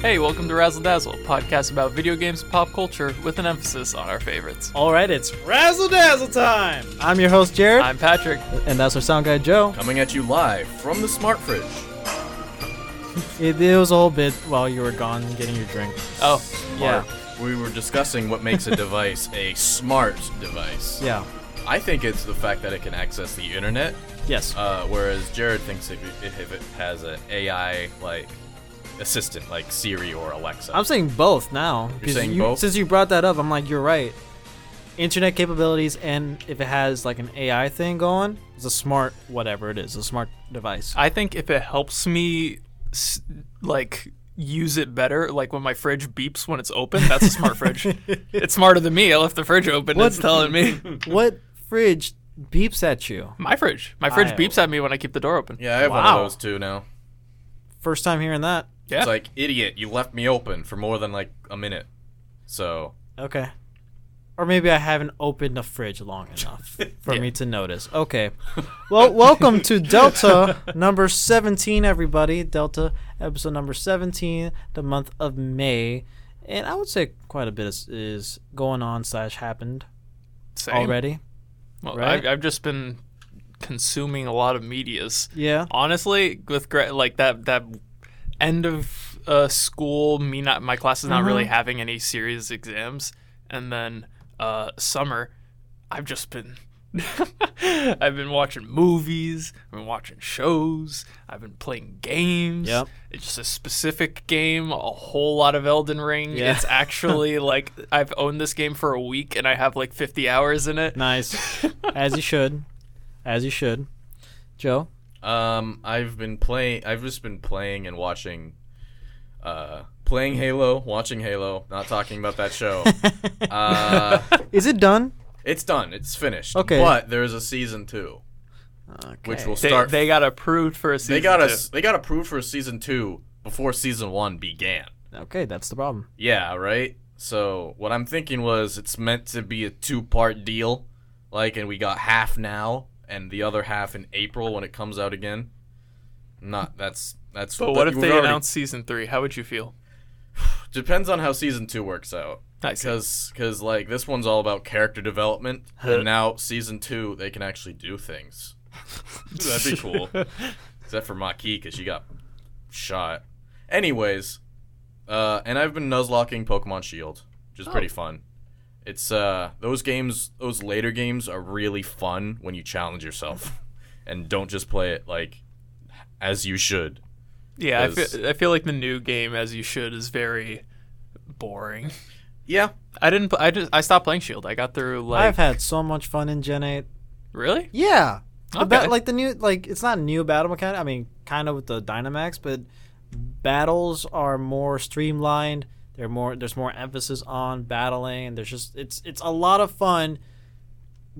Hey, welcome to Razzle Dazzle, a podcast about video games and pop culture with an emphasis on our favorites. All right, it's razzle dazzle time. I'm your host, Jared, I'm Patrick. and that's our sound guy, Joe. Coming at you live from the Smart Fridge. It, it was a whole bit while you were gone getting your drink. Oh, yeah. Where we were discussing what makes a device a smart device. Yeah. I think it's the fact that it can access the internet, Yes. uh, whereas Jared thinks if it, if it has an AI like assistant like Siri or Alexa. I'm saying both now. because saying you- both? Since you brought that up, I'm like, you're right. Internet capabilities, and if it has like an AI thing going, it's a smart whatever it is, a smart device. I think if it helps me, s- like, use it better, like when my fridge beeps when it's open, that's a smart fridge. It's smarter than me. I left the fridge open. It's telling me. what fridge beeps at you? My fridge. My fridge I- beeps at me when I keep the door open. yeah, I have one of Wow. those too now. First time hearing that. Yeah. It's like idiot, you left me open for more than like a minute. So Okay. Or maybe I haven't opened the fridge long enough for me to notice. Okay. Well, welcome to Delta number 17, everybody. Delta episode number 17, the month of May. And I would say quite a bit is, is going on slash happened Same. already. Well, right? I, I've just been consuming a lot of medias. Yeah. honestly with gra- like that that end of uh, school me not my class is not really Mm-hmm. having any serious exams and then uh, summer i've just been i've been watching movies i've been watching shows i've been playing games Yep. it's just a specific game a whole lot of elden ring Yeah. it's actually like i've owned this game for a week and i have like 50 hours in it Nice. As you should. As you should. Joe? Um, I've been playing. I've just been playing and watching, uh, playing Halo, watching Halo. Not talking about that show. uh, Is it done? it's done. It's finished. Okay. But there is a season two, which will they, start. they got approved for a season they got two. us. They got approved for a season two before season one began. Okay, that's the problem. Yeah. Right. So what I'm thinking was it's meant to be a two-part deal, like, and we got half now and the other half in April when it comes out again. Not that's that's. But what if we've they already- announce season three? How would you feel? Depends on how season two works out. I see. Because, cause, like, this one's all about character development, and now season two, they can actually do things. That'd be cool. Except for Maquis, because she got shot. Anyways, uh, and I've been nuzlocking Pokemon Shield, which Oh. is pretty fun. It's, uh, those games, those later games are really fun when you challenge yourself and don't just play it, like, as you should. Yeah, I Because- feel, I feel like the new game, as you should, is very boring. Yeah. I didn't. pl- I just. I stopped playing Shield. I got through like. I've had so much fun in Gen 8. really? Yeah. The ba- Okay. like the new like it's not new battle mechanic. I mean, kind of with the Dynamax, but battles are more streamlined. They're more there's more emphasis on battling and there's just it's it's a lot of fun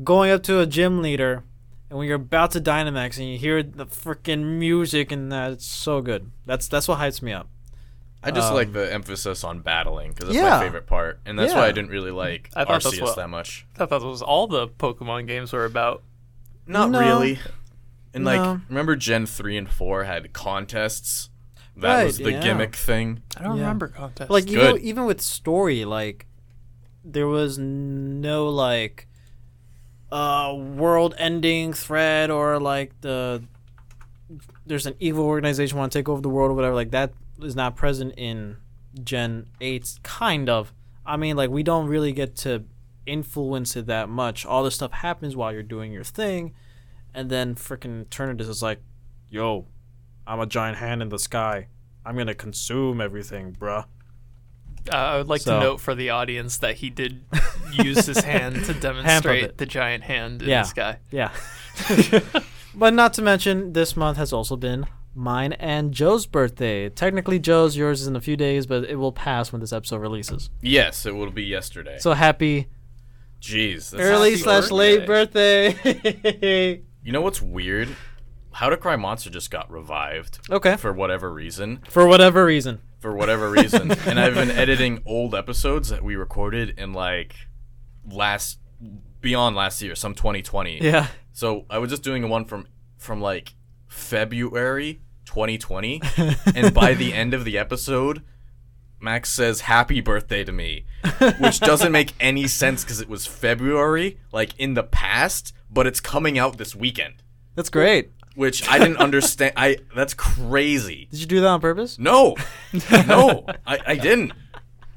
going up to a gym leader and when you're about to Dynamax and you hear the freaking music and that it's so good. That's that's what hypes me up. I just Um, like the emphasis on battling because that's Yeah. my favorite part, and that's why Yeah. I didn't really like I thought that's Arceus what- that much. I thought that was all the Pokemon games were about. Not No. really. And No. like, remember Gen three and four had contests. That Right, was the yeah. gimmick thing. I don't Yeah. remember contest. Like That's even good. even with story, like there was no like uh world-ending threat or like the there's an evil organization want to take over the world or whatever. Like that is not present in Gen 8. Kind of. I mean, like we don't really get to influence it that much. All this stuff happens while you're doing your thing, and then freaking Eternatus is like, "Yo, I'm a giant hand in the sky. I'm gonna consume everything, bruh." uh, I would like to So. note for the audience that he did use his hand to demonstrate puppet. the giant hand in Yeah. the sky. Yeah. but not to mention, this month has also been mine and Joe's birthday. Technically, Joe's, yours is in a few days, but it will pass when this episode releases. Yes, it will be yesterday. So happy Jeez, that's early not- slash late birthday. You know what's weird? How to Cry Monster just got revived okay. for whatever reason. For whatever reason. For whatever reason, and I've been editing old episodes that we recorded in like last beyond last year, some 2020. Yeah. So I was just doing one from from like February 2020, and by the end of the episode, Max says happy birthday to me, which doesn't make any sense because it was February, like in the past, but it's coming out this weekend, That's great. which I didn't understand. I that's crazy. Did you do that on purpose? No, no, I, I didn't.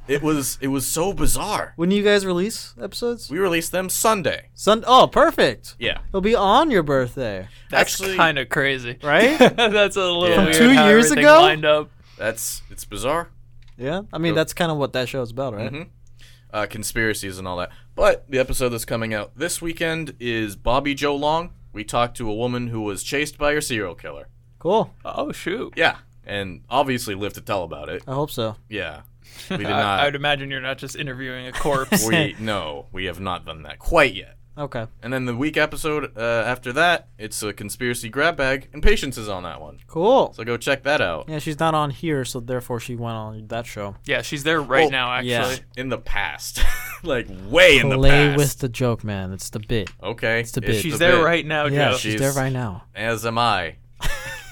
It was it was so bizarre. When do you guys release episodes? We released them Sunday. Sun. Oh, perfect. Yeah, It'll be on your birthday, That's Actually- kind of crazy, right? That's a little Yeah. From weird two how years everything ago? Lined up. that's it's bizarre. yeah. I mean, that's kind of what that show is about, right? Mhm. uh, conspiracies and all that. But the episode that's coming out this weekend is Bobby Joe Long. We talked to a woman who was chased by her serial killer. Cool. Oh shoot! Yeah, and obviously lived to tell about it. I hope so. Yeah, we did I, I would not. imagine you're not just interviewing a corpse. we no, we have not done that quite yet. Okay. And then the week episode uh, after that, it's a conspiracy grab bag, and Patience is on that one. Cool. So go check that out. Yeah, she's not on here, so therefore she went on that show. yeah, she's there right Well, now. Actually, yeah. In the past, like way in the Play past. with the joke, man. It's the bit. okay, the bit. she's the there bit, right now, Yeah, Joe. she's she's- there right now. As am I.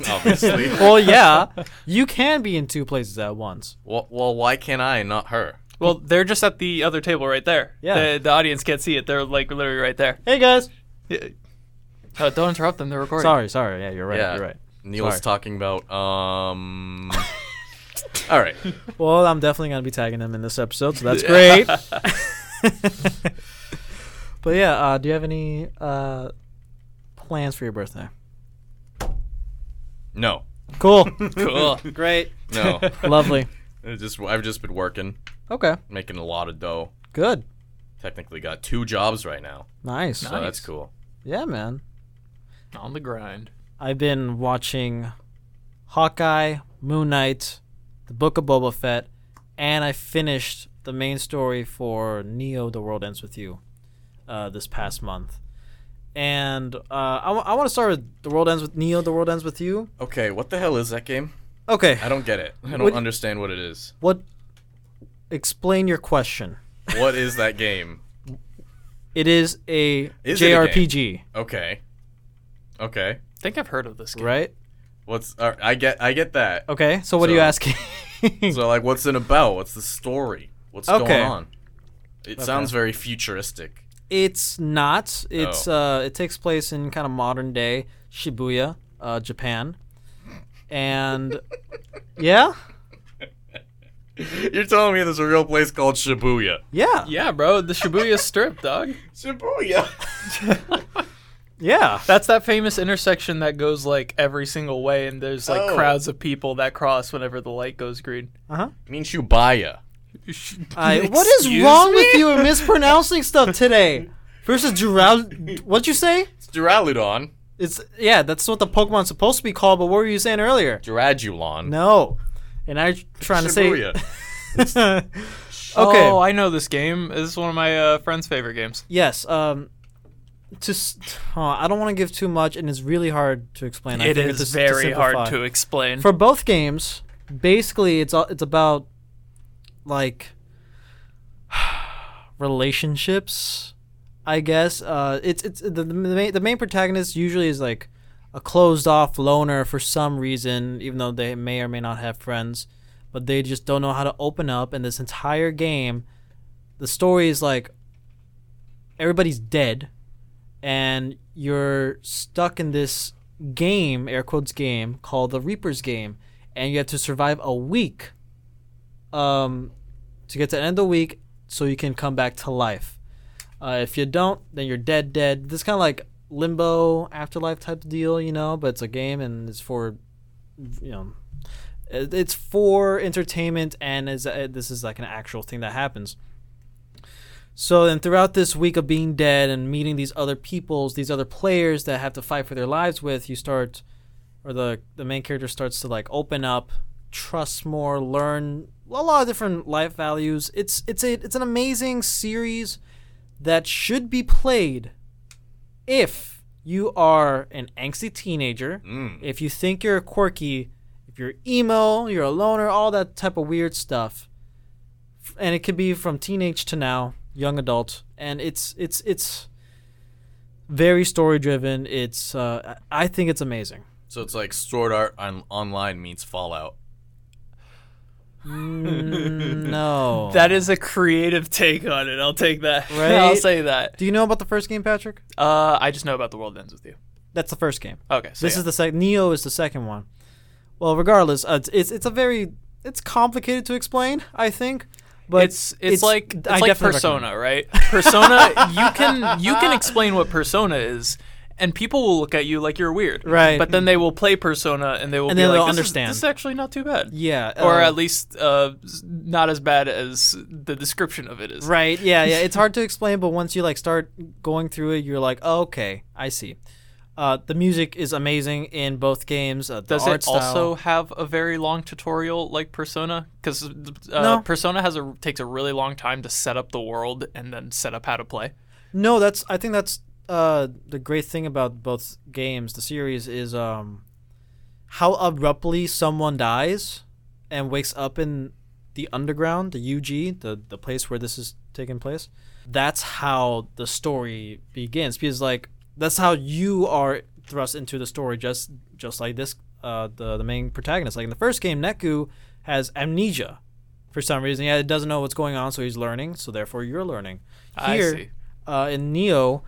Obviously. Well, yeah, you can be in two places at once. Well, well, why can't I and not her? Well, they're just at the other table right there. Yeah. The, the audience can't see it. They're like literally right there. Hey guys. Yeah. Uh, don't interrupt them. They're recording. Sorry, sorry. Yeah, you're right. Yeah. You're right. Neil's Sorry. talking about um. all right, Well, I'm definitely gonna be tagging them in this episode, so that's great. but yeah, uh, do you have any uh, plans for your birthday? no, Cool. Cool. great. no. Lovely. It just I've just been working, Okay. making a lot of dough. Good. Technically, got two jobs right now, Nice. so that's Nice. cool. Yeah, man. On the grind. I've been watching Hawkeye, Moon Knight, The Book of Boba Fett, and I finished the main story for Neo: The World Ends with You uh, this past month. And uh, I want to start with The World Ends with Neo: The World Ends with You. Okay, what the hell is that game? Okay, I don't get it. I don't What- understand what it is. what? Explain your question. What is that game? It is a Is it a JRPG, Okay, okay. I think I've heard of this game. right? What's all right, I get? I get that. Okay, so what are you So- asking? So like, what's it about? What's the story? What's Okay. going on? It sounds very futuristic. It's not. It's Oh. uh, it takes place in kind of modern day Shibuya, uh, Japan, and yeah, You're telling me there's a real place called Shibuya. yeah, Yeah, bro. The Shibuya Strip, dog. Shibuya. yeah. That's that famous intersection that goes like every single way, and there's like Oh. crowds of people that cross whenever the light goes green. I mean Shubaya. I, what is Excuse wrong me? with you and mispronouncing stuff today? Versus Jural, what'd you say? It's Duraludon. It's yeah, that's what the Pokemon's supposed to be called. But what were you saying earlier? Duradulon. No, and I'm trying to say. Shibuya. Okay. Oh, I know this game. This is one of my uh, friend's favorite games. Yes. Um, just oh, I don't want to give too much, and it's really hard to explain. I It think is it's very hard simplify. to explain. for both games. Basically, it's all- it's about like relationships, I guess. Uh, it's it's the, the main the main protagonist usually is like a closed off loner for some reason, even though they may or may not have friends, but they just don't know how to open up. And this entire game, the story is like everybody's dead, and you're stuck in this game, air quotes game, called the Reaper's game, and you have to survive a week um, to get to the end of the week so you can come back to life. Uh, if you don't, then you're dead, dead. This kind of like limbo afterlife type deal, you know, but it's a game and it's for, you know, it- it's for entertainment and is uh, this is like an actual thing that happens. So then, throughout this week of being dead and meeting these other peoples, these other players that have to fight for their lives with, you start, or the the main character starts to like open up, trust more, learn a lot of different life values. It's it's a it's an amazing series that should be played if you are an angsty teenager, if you think you're quirky, if you're emo, you're a loner, all that type of weird stuff and it could be from teenage to now, young adult, and it's it's it's very story driven. It's uh, I I think it's amazing. so it's like Sword Art on- Online meets Fallout. Mm, no. Mm-hmm. That is a creative take on it. I'll take that. Right? I'll say that. Do you know about the first game, Patrick? Uh, I just know about the world ends with you. That's the first game. Okay, so this yeah. is the second. Neo is the second one. Well, regardless, uh, it's, it's it's a very it's complicated to explain. I think, but it's it's, like it's I like definitely persona, right? Persona, you can you can explain what persona is, and people will look at you like you're weird, Right. But then they will play persona, and they will And be then like, they'll this is- understand. this is actually not too bad, recommend. yeah, or uh, at least uh, s- not as bad as the description of it is. right. Yeah, yeah. It's hard to explain, but once you like start going through it, you're like, oh, okay, I see. Uh, the music is amazing in both games. Uh, the Does art it style. also have a very long tutorial like Persona? Because uh, No. Persona has a takes a really long time to set up the world and then set up how to play. No, that's I think that's uh, the great thing about both games, the series is um, how abruptly someone dies and wakes up in the underground, the UG, the the place where this is taking place. That's how the story begins because like that's how you are thrust into the story just just like this uh, the the main protagonist. Like in the first game, Neku has amnesia for some reason. Yeah, it doesn't know what's going on, so he's learning. So therefore, you're learning. I Here, see. Uh, in Neo,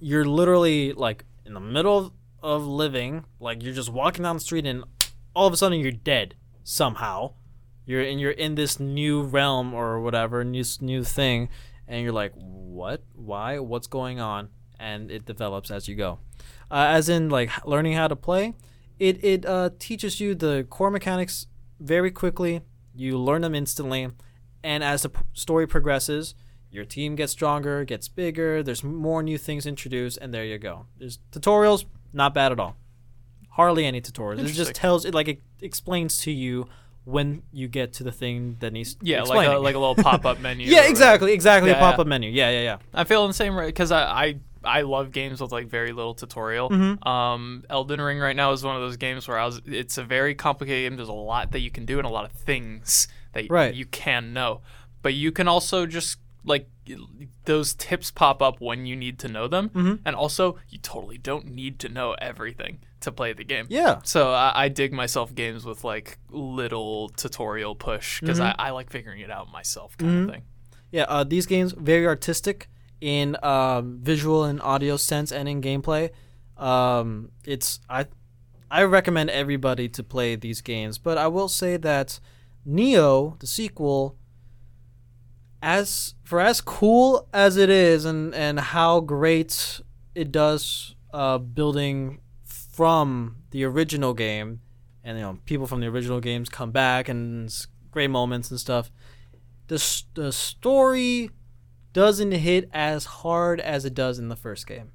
you're literally like in the middle of living. Like you're just walking down the street, and all of a sudden you're dead somehow. You're and you're in this new realm or whatever, new new thing, and you're like, what? Why? What's going on? And it develops as you go. Uh, as in, like h- learning how to play, it it uh, teaches you the core mechanics very quickly. You learn them instantly, and as the p- story progresses, your team gets stronger, gets bigger. There's more new things introduced, and there you go. There's tutorials, not bad at all. Hardly any tutorials. It just Interesting. tells it like it explains to you when you get to the thing that needs Yeah, like a, explaining. like a little pop up menu. or yeah, whatever. exactly, exactly. Yeah, a yeah. pop up menu. Yeah, yeah, yeah. I feel the same right because I, I I love games with like very little tutorial. Mm-hmm. Um, Elden Ring right now is one of those games where I was. It's a very complicated game. There's a lot that you can do and a lot of things that Right. you can know, but you can also just like those tips pop up when you need to know them, Mm-hmm. and also you totally don't need to know everything to play the game. Yeah. So I, I dig myself games with like little tutorial push because Mm-hmm. I, I like figuring it out myself kind of thing. Yeah, uh, these games very artistic in um, visual and audio sense and in gameplay. Um, it's I I recommend everybody to play these games, but I will say that Neo, the sequel, as for as cool as it is and and how great it does uh, building from the original game, and you know people from the original games come back and s- great moments and stuff the s- the story doesn't hit as hard as it does in the first game.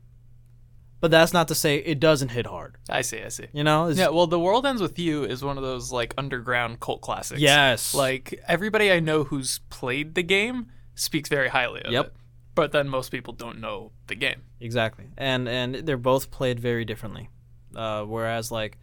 But that's not to say it doesn't hit hard. I see. I see. You know? It's- Yeah, well, The World Ends With You is one of those like underground cult classics. Yes. Like everybody I know who's played the game speaks very highly of Yep. it. But then most people don't know the game. exactly. And and they're both played very differently. Uh, whereas like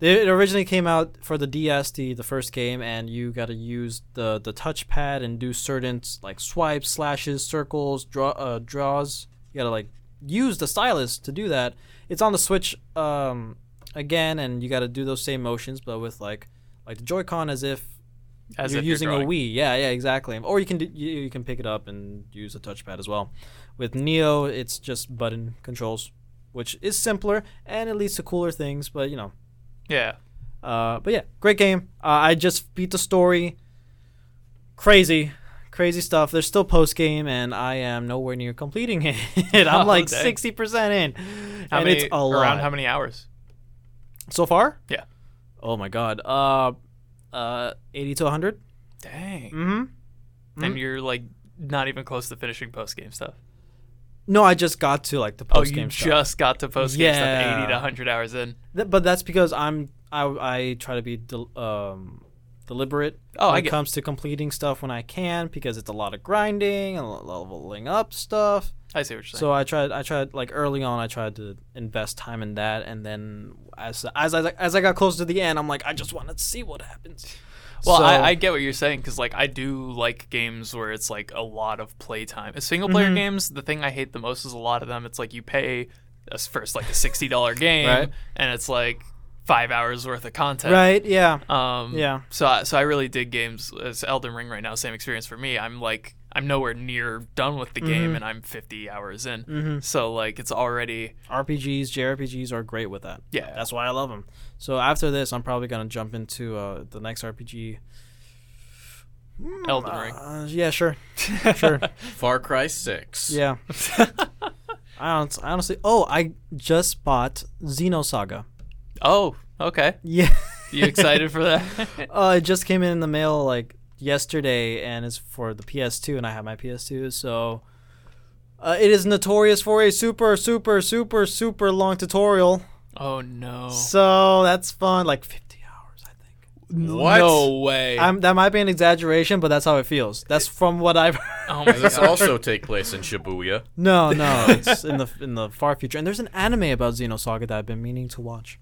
they, it originally came out for the DS, the, the first game, and you got to use the the touchpad and do certain like swipes, slashes, circles, draw uh, draws. You got to like use the stylus to do that. It's on the Switch um, again, and you got to do those same motions, but with like like the Joy-Con as if As you're if using drawing. a Wii. Yeah, yeah, exactly. Or you can do, you, you can pick it up and use a touchpad as well. With Neo, it's just button controls, which is simpler and it leads to cooler things. But you know, Yeah. uh, but yeah, great game. Uh, I just beat the story. Crazy, crazy stuff. There's still post game, and I am nowhere near completing it. I'm Oh, like dang. sixty percent in, How and many, it's a around lot. how many hours? so far? Yeah. Oh my god. Uh, uh, eighty to hundred. Dang. Mm-hmm. And you're like not even close to finishing post game stuff. No, I just got to like the Oh, post game you stuff. just got to post game stuff Yeah. 80 to 100 hours in. Th- but that's because I'm I, I try to be del- um, deliberate Oh, when I it get- comes to completing stuff when I can because it's a lot of grinding and leveling up stuff. I see what you're saying. So I tried I tried like early on I tried to invest time in that and then as as I as I got close to the end I'm like I just want to see what happens. Well, So- I, I get what you're saying because like I do like games where it's like a lot of playtime. Single player Mm-hmm. games, the thing I hate the most is a lot of them. It's like you pay us first like a sixty dollar game, Right. and it's like five hours worth of content. Right? Yeah. Um, Yeah. So I, so I really dig games as Elden Ring right now. Same experience for me. I'm like I'm nowhere near done with the Mm-hmm. game, and I'm 50 hours in. So like it's already RPGs, JRPGs are great with that. Yeah. That's why I love them. So after this, I'm probably going to jump into uh, the next RPG. Elden Ring. Uh, yeah, sure. Sure. Far Cry Six. Yeah. I don't, I honestly. Oh, I just bought Xenosaga. Oh, okay. Yeah. You excited for that? Uh, it just came in, in the mail like yesterday, and it's for the PS2, and I have my PS2, so. Uh, it is notorious for a super, super, super, super long tutorial. oh no. So that's fun. Like 50 hours, I think. What? No way. I'm, that might be an exaggeration, but that's how it feels. That's from what I've heard. oh my Does this God. also take place in Shibuya? No, no, it's in the in the far future. And there's an anime about Xenosaga that I've been meaning to watch.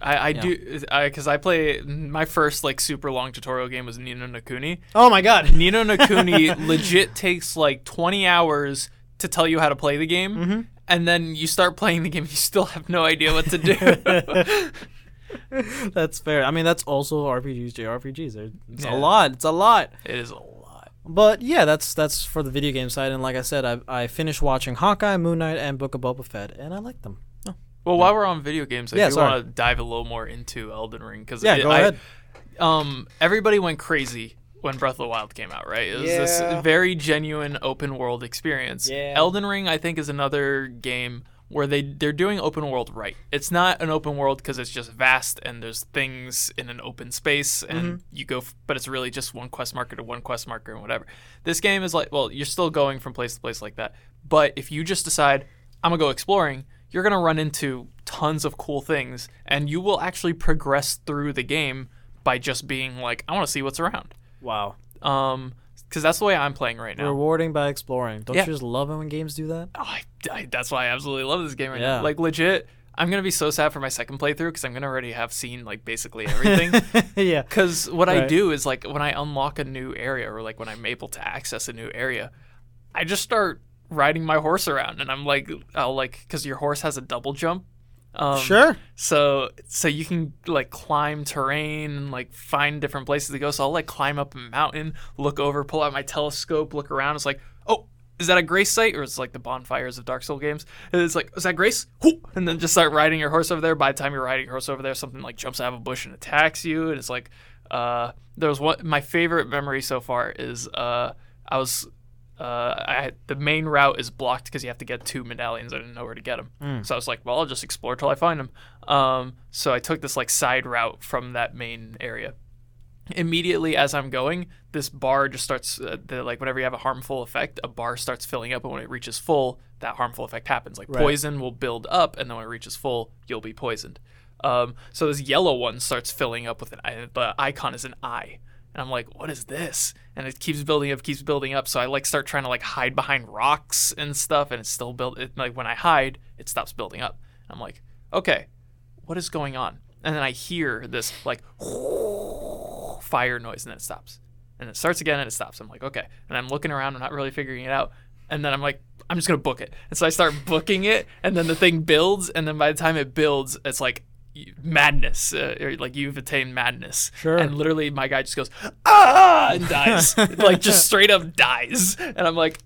I, I do because I, play mm, my first like super long tutorial game was Nino Nakuni. Oh my god. Nino Nakuni legit takes like 20 hours to tell you how to play the game, Mm-hmm. and then you start playing the game, you still have no idea what to do. That's fair. I mean, that's also RPGs, JRPGs. There- It's Yeah. a lot. It's a lot. it is a lot. But yeah, that's that's for the video game side. And like I said, I, I finished watching Hawkeye, Moon Knight, and Book of Boba Fett, and I like them. Well, while we're on video games, I Yeah, do sorry. want to dive a little more into Elden Ring because Yeah, go ahead. um, everybody went crazy when Breath of the Wild came out, right? It was this very genuine open world experience. Yeah. Elden Ring, I think, is another game where they they're doing open world right. It's not an open world because it's just vast and there's things in an open space and you go, f- but it's really just one quest marker to one quest marker and whatever. This game is like, well, you're still going from place to place like that, but if you just decide I'm gonna go exploring, you're gonna run into tons of cool things and you will actually progress through the game by just being like, I want to see what's around. Wow. Um, because that's the way I'm playing right now. Rewarding by exploring. Don't Yeah. you just love it when games do that? Oh, I, I- that's why I absolutely love this game right Yeah. now. Like legit, I'm gonna be so sad for my second playthrough because I'm gonna already have seen like basically everything. yeah. Because what I Right. do is like when I unlock a new area or like when I'm able to access a new area, I just start riding my horse around and I'm like, I'll like because your horse has a double jump. Um, Sure. So so you can like climb terrain and like find different places to go. So I'll like climb up a mountain, look over, pull out my telescope, look around. It's like, oh, is that a grace site? Or it's like the bonfires of Dark Soul games. And it's like, is that grace? Whoop! And then just start riding your horse over there. By the time you're riding your horse over there, something like jumps out of a bush and attacks you. And it's like, uh, there was one. My favorite memory so far is uh, I was uh, I, the main route is blocked because you have to get two medallions. I didn't know where to get them, so I was like, "Well, I'll just explore till I find them." Um, so I took this like side route from that main area. Immediately as I'm going, this bar just starts. Uh, the, like whenever you have a harmful effect, a bar starts filling up, and when it reaches full, that harmful effect happens. Like poison will build up, and then when it reaches full, you'll be poisoned. Um, so this yellow one starts filling up with an. eye- The icon is an eye and I'm like, what is this? And it keeps building up, keeps building up. So I like start trying to like hide behind rocks and stuff, and it's still built. It, like when I hide, it stops building up. I'm like, okay, what is going on? And then I hear this like fire noise, and then it stops, and it starts again, and it stops. I'm like, okay, and I'm looking around, I'm not really figuring it out, and then I'm like. I'm just gonna book it, and so I start booking it, and then the thing builds, and then by the time it builds, it's like madness, uh, or like you've attained madness. Sure. And literally my guy just goes ah and dies like just straight up dies and i'm like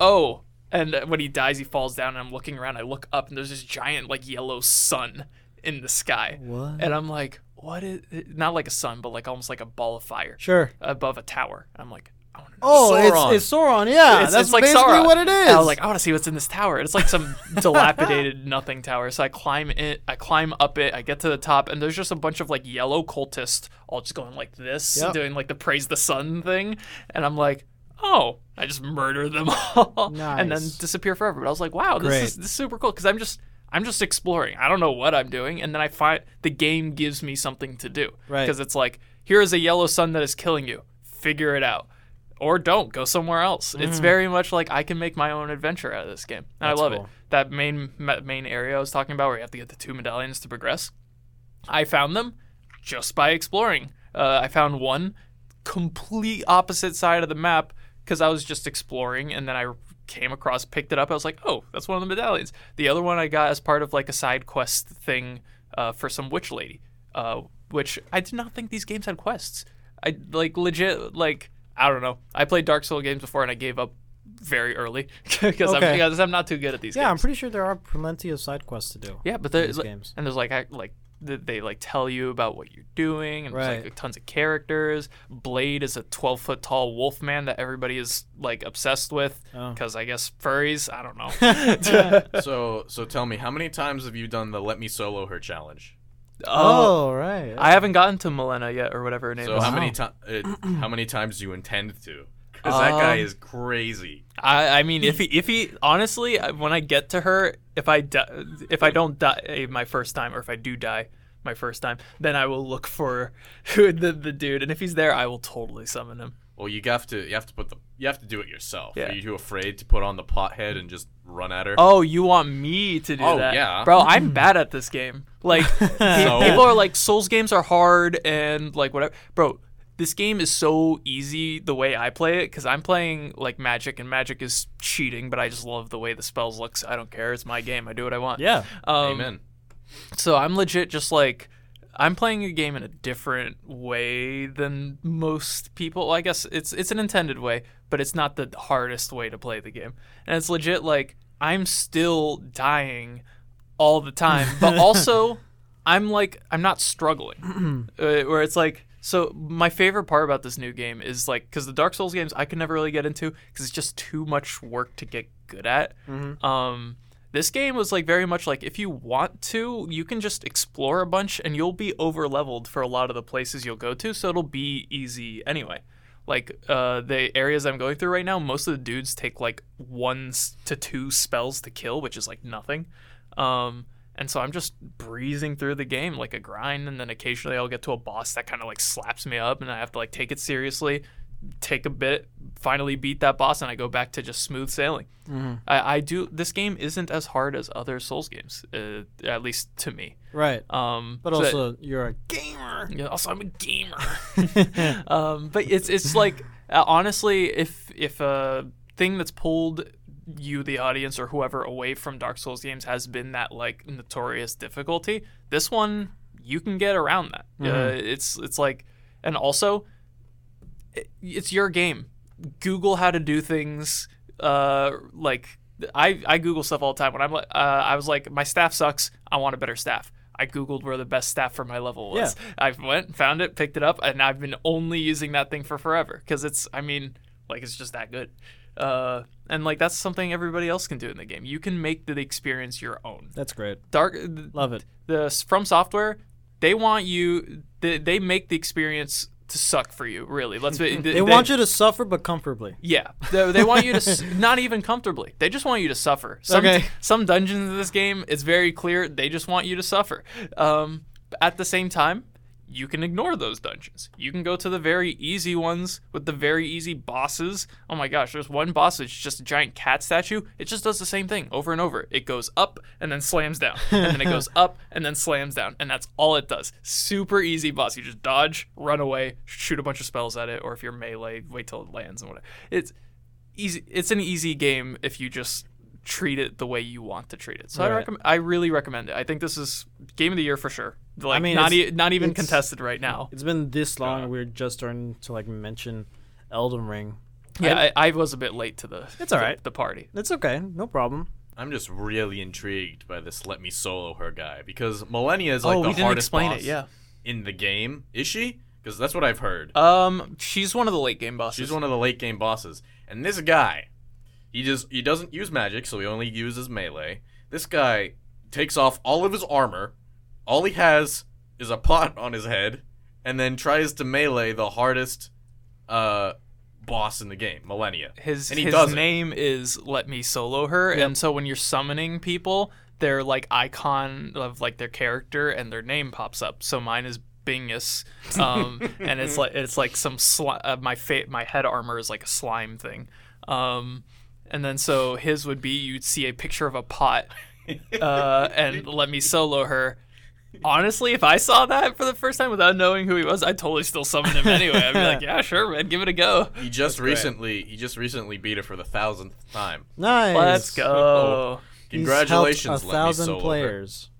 oh and when he dies he falls down and i'm looking around i look up and there's this giant like yellow sun in the sky What? and i'm like what is it? not like a sun but like almost like a ball of fire Sure. above a tower i'm like i want to know Oh, Sauron. it's it's Sauron. Yeah, it's, that's it's like basically Sauron. what it is. And I was like, I want to see what's in this tower. It's like some dilapidated nothing tower. So I climb it, I climb up it, I get to the top, and there's just a bunch of like yellow cultists all just going like this, Yep. doing like the praise the sun thing, and I'm like. Oh, I just murder them all and then Nice. disappear forever. But I was like, wow, this Great. is, this is super cool because I'm just I'm just exploring. I don't know what I'm doing, and then I find the game gives me something to do Right. because it's like here is a yellow sun that is killing you. Figure it out, or don't go somewhere else. It's very much like I can make my own adventure out of this game, and Mm-hmm. That's I love cool. it. That main ma- main area I was talking about, where you have to get the two medallions to progress. I found them just by exploring. Uh, I found one complete opposite side of the map because I was just exploring, and then I came across, picked it up. I was like, "Oh, that's one of the medallions." The other one I got as part of like a side quest thing uh, for some witch lady, uh, which I did not think these games had quests. I like legit like I don't know. I played Dark Soul games before and I gave up very early because I'm, Okay. because I'm not too good at these. Yeah, I'm games. pretty sure there are plenty of side quests to do. Yeah, but there's these like, games. and there's like act- like th- they like tell you about what you're doing, and there's like Right. tons of characters. Blade is a 12 foot tall wolf man that everybody is like obsessed with Oh. because I guess furries. I don't know. so so tell me, how many times have you done the let me solo her challenge? Uh, Oh, right. I haven't gotten to Milena yet, or whatever her name So is. how many times? Uh, how many times do you intend to? Because that guy Um, is crazy. I, I mean, if he, if he, honestly, I- when I get to her, if I, di- if I don't die eh, my first time, or if I do die my first time, then I will look for who the, the dude, and if he's there, I will totally summon him. Well, you have to you have to put the you have to do it yourself. Yeah. Are you too afraid to put on the pothead and just run at her? Um, Oh, you want me to do Oh, that? yeah. Bro, I'm bad at this game. Like, pe- So? people are like, Souls games are hard and like whatever. Bro, this game is so easy the way I play it because I'm playing like Magic and Magic is cheating, but I just love the way the spells look. So I don't care. It's my game. I do what I want. yeah. Um, Amen. so I'm legit just like I'm playing a game in a different way than most people. I guess it's it's an intended way, but it's not the hardest way to play the game. And it's legit like I'm still dying all the time, but also I'm like I'm not struggling. uh, where it's like so my favorite part about this new game is like cuz the Dark Souls games I could never really get into cuz it's just too much work to get good at. Um this game was like very much like if you want to, you can just explore a bunch and you'll be over leveled for a lot of the places you'll go to, so it'll be easy anyway. Like uh, the areas I'm going through right now, most of the dudes take like one s- to two spells to kill, which is like nothing. Um, and so I'm just breezing through the game like a grind, and then occasionally I'll get to a boss that kind of like slaps me up, and I have to like take it seriously, take a bit, finally beat that boss, and I go back to just smooth sailing. Mm-hmm. I, I do. This game isn't as hard as other Souls games, uh, at least to me. Right. Um, But so- also, you're a gamer. yeah, also I'm a gamer. um, but it's it's like uh, honestly, if if a thing that's pulled you, the audience, or whoever away from Dark Souls games has been that like notorious difficulty, this one you can get around that. Uh, it's it's like, and also, it, it's your game. Google how to do things. Uh, like I, I Google stuff all the time. When I'm like, uh, I was like, my staff sucks. I want a better staff. I Googled where the best staff for my level was. I went, found it, picked it up, and I've been only using that thing for forever because it's. I mean, like it's just that good. Uh, and like that's something everybody else can do in the game. You can make the experience your own. That's great. Dark Love it. the s- from software they want you they, they make the experience to suck for you really let's be They, want you to suffer, but comfortably. yeah they, they want you to s- not even comfortably they just want you to suffer some, Okay. some dungeons in this game it's very clear they just want you to suffer um, at the same time you can ignore those dungeons you can go to the very easy ones with the very easy bosses oh my gosh there's one boss it's just a giant cat statue it just does the same thing over and over it goes up and then slams down and then it goes up and then slams down and that's all it does super easy boss you just dodge run away shoot a bunch of spells at it or if you're melee wait till it lands and whatever it's easy. It's an easy game if you just treat it the way you want to treat it. So I Right. recommend. I really recommend it. I think this is game of the year for sure. Like mean, not it's- e- not even it's- contested right now. It's been this long. We're just starting to like mention Elden Ring. Yeah, I, I, was a bit late to the. It's the- alright. The party. It's okay. No problem. I'm just really intrigued by this let me solo her guy because Millennia is like Oh, the we didn't hardest explain it, boss yeah. in the game. Is she? Because that's what I've heard. Um, she's one of the late game bosses. She's one of the late game bosses. And this guy, he just he doesn't use magic, so he only uses melee. This guy takes off all of his armor. All he has is a pot on his head, and then tries to melee the hardest uh, boss in the game, Millennia. his and he his does it. name is let me solo her and so when you're summoning people their like icon of like their character and their name pops up so mine is bingus um and it's like it's like some sli- uh, my fa- my head armor is like a slime thing um and then so his would be you'd see a picture of a pot uh and let me solo her Honestly, if I saw that for the first time without knowing who he was, I'd totally still summon him anyway. I'd be like, yeah, sure, man, give it a go. He just recently he just recently beat it for the thousandth time. Nice. Let's go. He's helped Congratulations, a let me thousand solo her. players.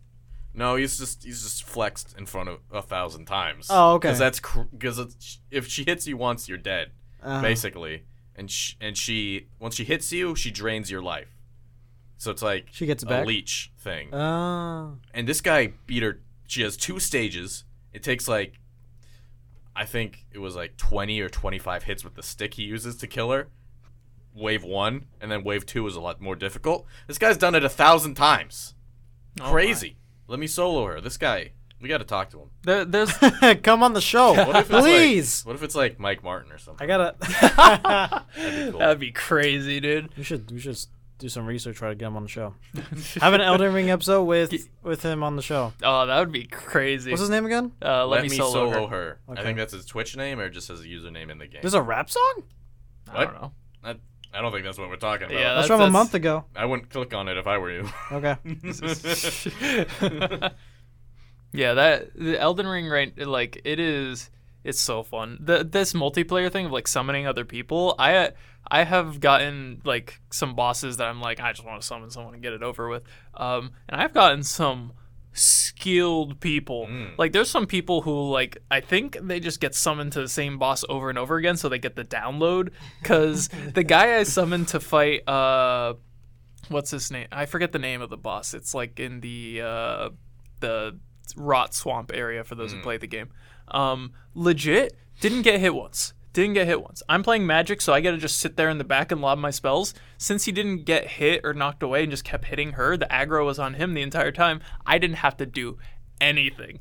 No, he's just he's just flexed in front of a thousand times. Oh, okay. Because that's because if she hits you once, you're dead, Uh, basically. And she, and she once she hits you, she drains your life. So it's like She gets a it back? leech thing. Oh. and this guy beat her. She has two stages. It takes like, I think it was like twenty or twenty five hits with the stick he uses to kill her. Wave one and then wave two is a lot more difficult. This guy's done it a thousand times. Oh, my. Crazy. Let me solo her. This guy, we got to talk to him. There, there's Come on the show, What if it's like- please. what if it's like Mike Martin or I something? gotta. That'd be cool. that'd be crazy, dude. we should we should do some research. Try to get him on the show. Have an Elden Ring episode with with him on the show. Oh, that would be crazy. What's his name again? Uh, let, Let, me solo, her. I Okay. think that's his Twitch name or it just his username in the game. There's a rap song. I don't know. I, I don't think that's what we're talking about. Yeah, That's- That's, from a that's- month ago. I wouldn't click on it if I were you. Okay. yeah, that the Elden Ring right like it is it's so fun. The this multiplayer thing of like summoning other people, I I have gotten like some bosses that I'm like I just want to summon someone and get it over with. Um and I've gotten some skilled people. Mm. Like there's some people who like I think they just get summoned to the same boss over and over again so they get the download cuz the guy I summoned to fight uh what's his name? I forget the name of the boss. It's like in the uh, the rot swamp area for those who play the game. Um, legit didn't get hit once. Didn't get hit once. I'm playing magic, so I gotta just sit there in the back and lob my spells. Since he didn't get hit or knocked away and just kept hitting her, the aggro was on him the entire time. I didn't have to do anything.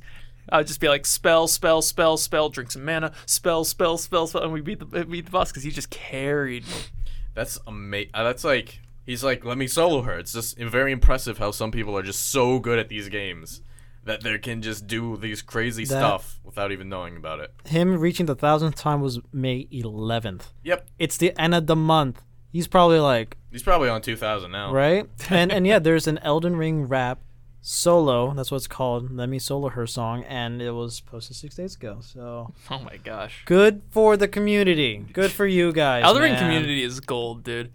I would just be like spell, spell, spell, spell, drink some mana, spell, spell, spell, spell, and we beat the beat the boss because he just carried me. That's amazing. That's like he's like, let me solo her. It's just very impressive how some people are just so good at these games that they can just do these crazy That- stuff without even knowing about it. Him reaching the thousandth time was May 11th. Yep, It's the end of the month. He's probably like he's probably on two thousand now. right? and and yeah, there's an Elden Ring rap solo. That's what it's called. Let me solo her song, and it was posted six days ago. So Oh my gosh. good for the community. Good for you guys. Elden Ring man. community is gold, dude.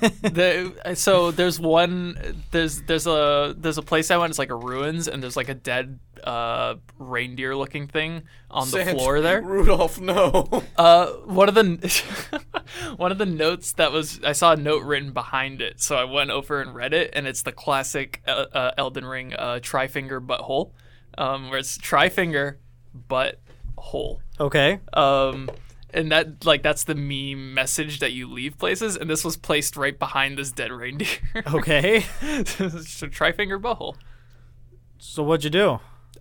The- so there's one there's there's a there's a place I went. It's like a ruins, and there's like a dead uh, reindeer looking thing on the Sam- floor there. Rudolph, no. Uh, one of the one of the notes that was I saw a note written behind it, so I went over and read it, and it's the classic uh, uh, Elden Ring uh, tri finger butthole, um, where it's tri finger but hole Okay. um and that like that's the meme message that you leave places and this was placed right behind this dead reindeer Okay. so try finger butthole so what'd you do?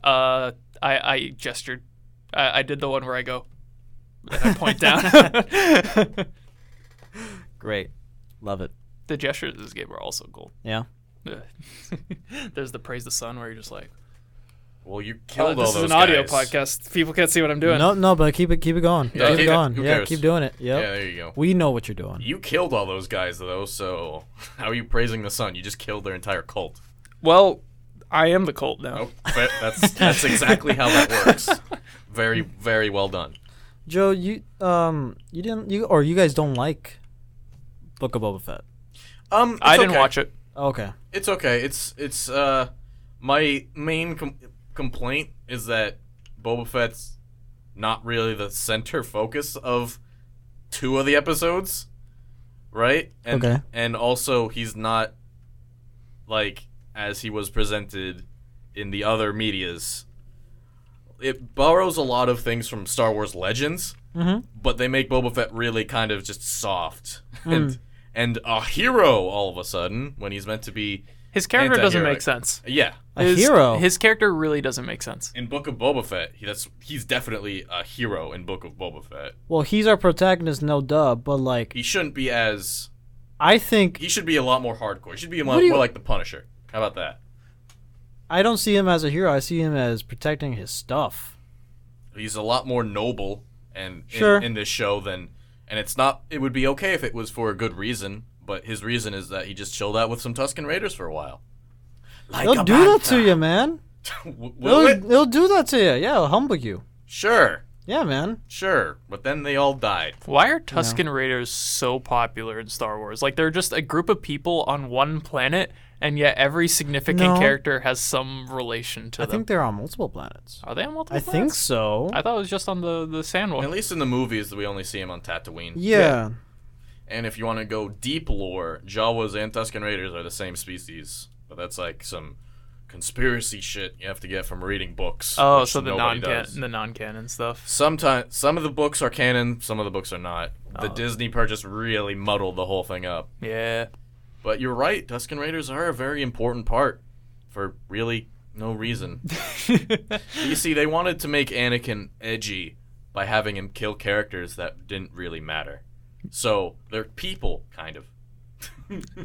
uh i i gestured i, I did the one where i go and i point down Great. Love it. the gestures of this game are also gold Yeah. Ugh. there's the praise the sun where you're just like Well, you oh, killed this all is those an audio guys. podcast people can't see what i'm doing No, no, but keep it, keep it going. keep Yeah, keep it it. going. Who Yeah, cares? keep doing it. Yeah, Yep. there you go. We know what you're doing. You killed all those guys though, so how are you praising the sun? You just killed their entire cult. well i am the cult now Oh, but that's that's exactly how that works. Very, very well done. Joe, you um, you didn't you or you guys don't like Book of Boba Fett. Um, i didn't watch it Oh, Okay. It's okay. It's it's uh my main com- complaint is that Boba Fett's not really the center focus of two of the episodes, right? And Okay. and also he's not like as he was presented in the other medias. It borrows a lot of things from Star Wars Legends, Mhm. but they make Boba Fett really kind of just soft and and a hero all of a sudden when he's meant to be his character doesn't Anti-hero. make sense yeah. A his, hero. his character really doesn't make sense In Book of Boba Fett, he, that's he's definitely a hero in Book of Boba Fett. well, he's our protagonist, no duh. But like, He shouldn't be as I think he should be a lot more hardcore. He should be a What lot do you- more like the Punisher. How about that? I don't see him as a hero. I see him as protecting his stuff. He's a lot more noble and Sure. in, in this show than and it's not it would be okay if it was for a good reason, but his reason is that he just chilled out with some Tuscan Raiders for a while. Like They'll do that to you, man. W- will They'll, it? they'll do that to you. Yeah, it'll humble you. Sure. Yeah, man. Sure. But then they all died. Why are Tusken Raiders so popular in Star Wars? Like they're just a group of people on one planet and yet every significant No. character has some relation to I them. think they're on multiple planets. Are they on multiple I think planets? so. I thought it was just on the the sand At one. least in the movies, we only see him on Tatooine. yeah. And if you want to go deep lore, Jawas and Tusken Raiders are the same species, but that's like some conspiracy shit you have to get from reading books. Oh, which so the nobody non can does. the non canon stuff. Sometimes some of the books are canon, some of the books are not. The Oh. Disney purchase really muddled the whole thing up. Yeah. But you're right, Tusken Raiders are a very important part for really no reason. you see, they wanted to make Anakin edgy by having him kill characters that didn't really matter. So they're people, kind of.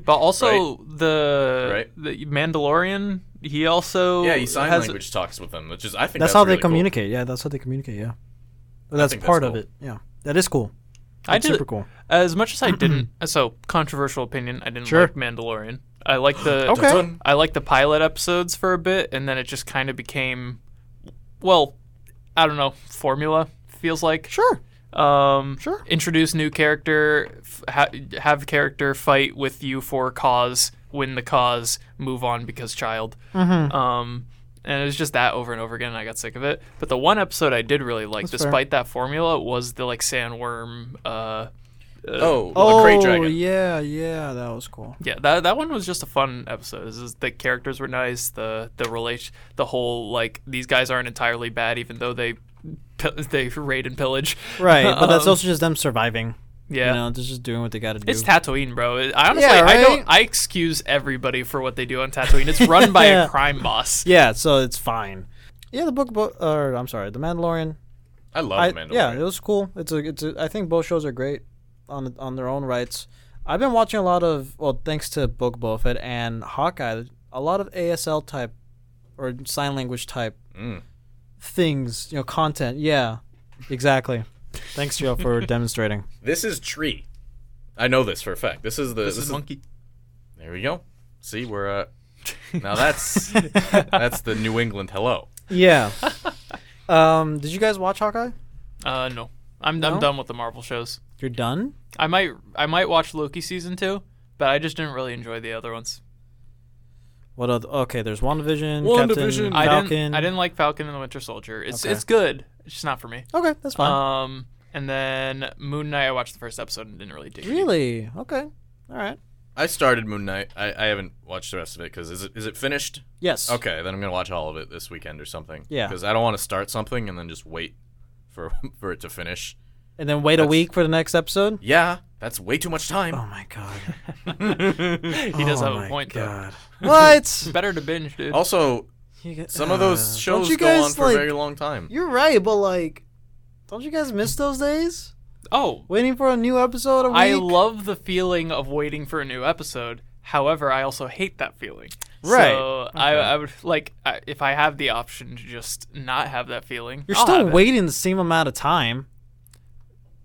But also the Right. the Mandalorian, he also Yeah, he sign has, language talks with them, which is I think That's, how really they cool. communicate. Yeah, that's how they communicate. Yeah. But that's think that's part of cool. it. Yeah. That is cool. That's I did- super cool. As much as I didn't, so controversial opinion, I didn't Sure. like Mandalorian. I like the Okay. Dun-dun. I liked the pilot episodes for a bit, and then it just kind of became, well, I don't know, formula feels like. Sure. Um, Sure. Introduce new character, f- ha- have character fight with you for cause, win the cause, move on because child. Mm-hmm. Um, and it was just that over and over again. And I got sick of it. But the one episode I did really like, That's fair. despite that formula, was the like sandworm. Uh, Oh, oh, the crate dragon. yeah, yeah. That was cool. yeah, that that one was just a fun episode. This is, the characters were nice. The the relation, the whole like these guys aren't entirely bad, even though they pi- they raid and pillage. Right. But that's Um, also just them surviving. yeah. You know, just, just doing what they got to do. It's Tatooine, bro. It- I honestly, Yeah, I right? don't. I excuse everybody for what they do on Tatooine. It's run by Yeah. a crime boss. yeah, so it's fine. Yeah, the book, bo- or I'm sorry, The Mandalorian. I love I, Oh, Mandalorian. yeah, it was cool. It's a, it's a, I think both shows are great on on their own rights. I've been watching a lot of well, thanks to Book Boba Fett and Hawkeye, a lot of ASL type or sign language type Mm. things, you know, content. Yeah, exactly. thanks, Joe, for demonstrating. This is tree. I know this for a fact. This is the This is monkey. There we go. See, we're uh, now that's that's the New England hello. Yeah. um, did you guys watch Hawkeye? Uh, no, I'm No? I'm done with the Marvel shows. You're done. I might I might watch Loki season two, but I just didn't really enjoy the other ones. What? Other, okay, there's WandaVision, WandaVision. Captain I Falcon. didn't I didn't like Falcon and the Winter Soldier. It's Okay. it's good. It's just not for me. Okay, that's fine. Uh, Um, and then Moon Knight. I watched the first episode and didn't really dig. it. really? Okay. All right. I started Moon Knight. I, I haven't watched the rest of it because is it is it finished? Yes. Okay, then I'm gonna watch all of it this weekend or something. Yeah. Because I don't want to start something and then just wait for for it to finish. And then wait a That's- week for the next episode. Yeah, that's way too much time. Oh my god. He Oh does have a point though. What? It's better to binge, dude. Also, You get- some of uh, those don't shows you go on guys, for a like- very long time. You're right, but like, don't you guys miss those days? oh, Waiting for a new episode a week. I love the feeling of waiting for a new episode. However, I also hate that feeling. Right. So I, I would like I, if I have the option to just not have that feeling. You're I'll still have it. waiting the same amount of time.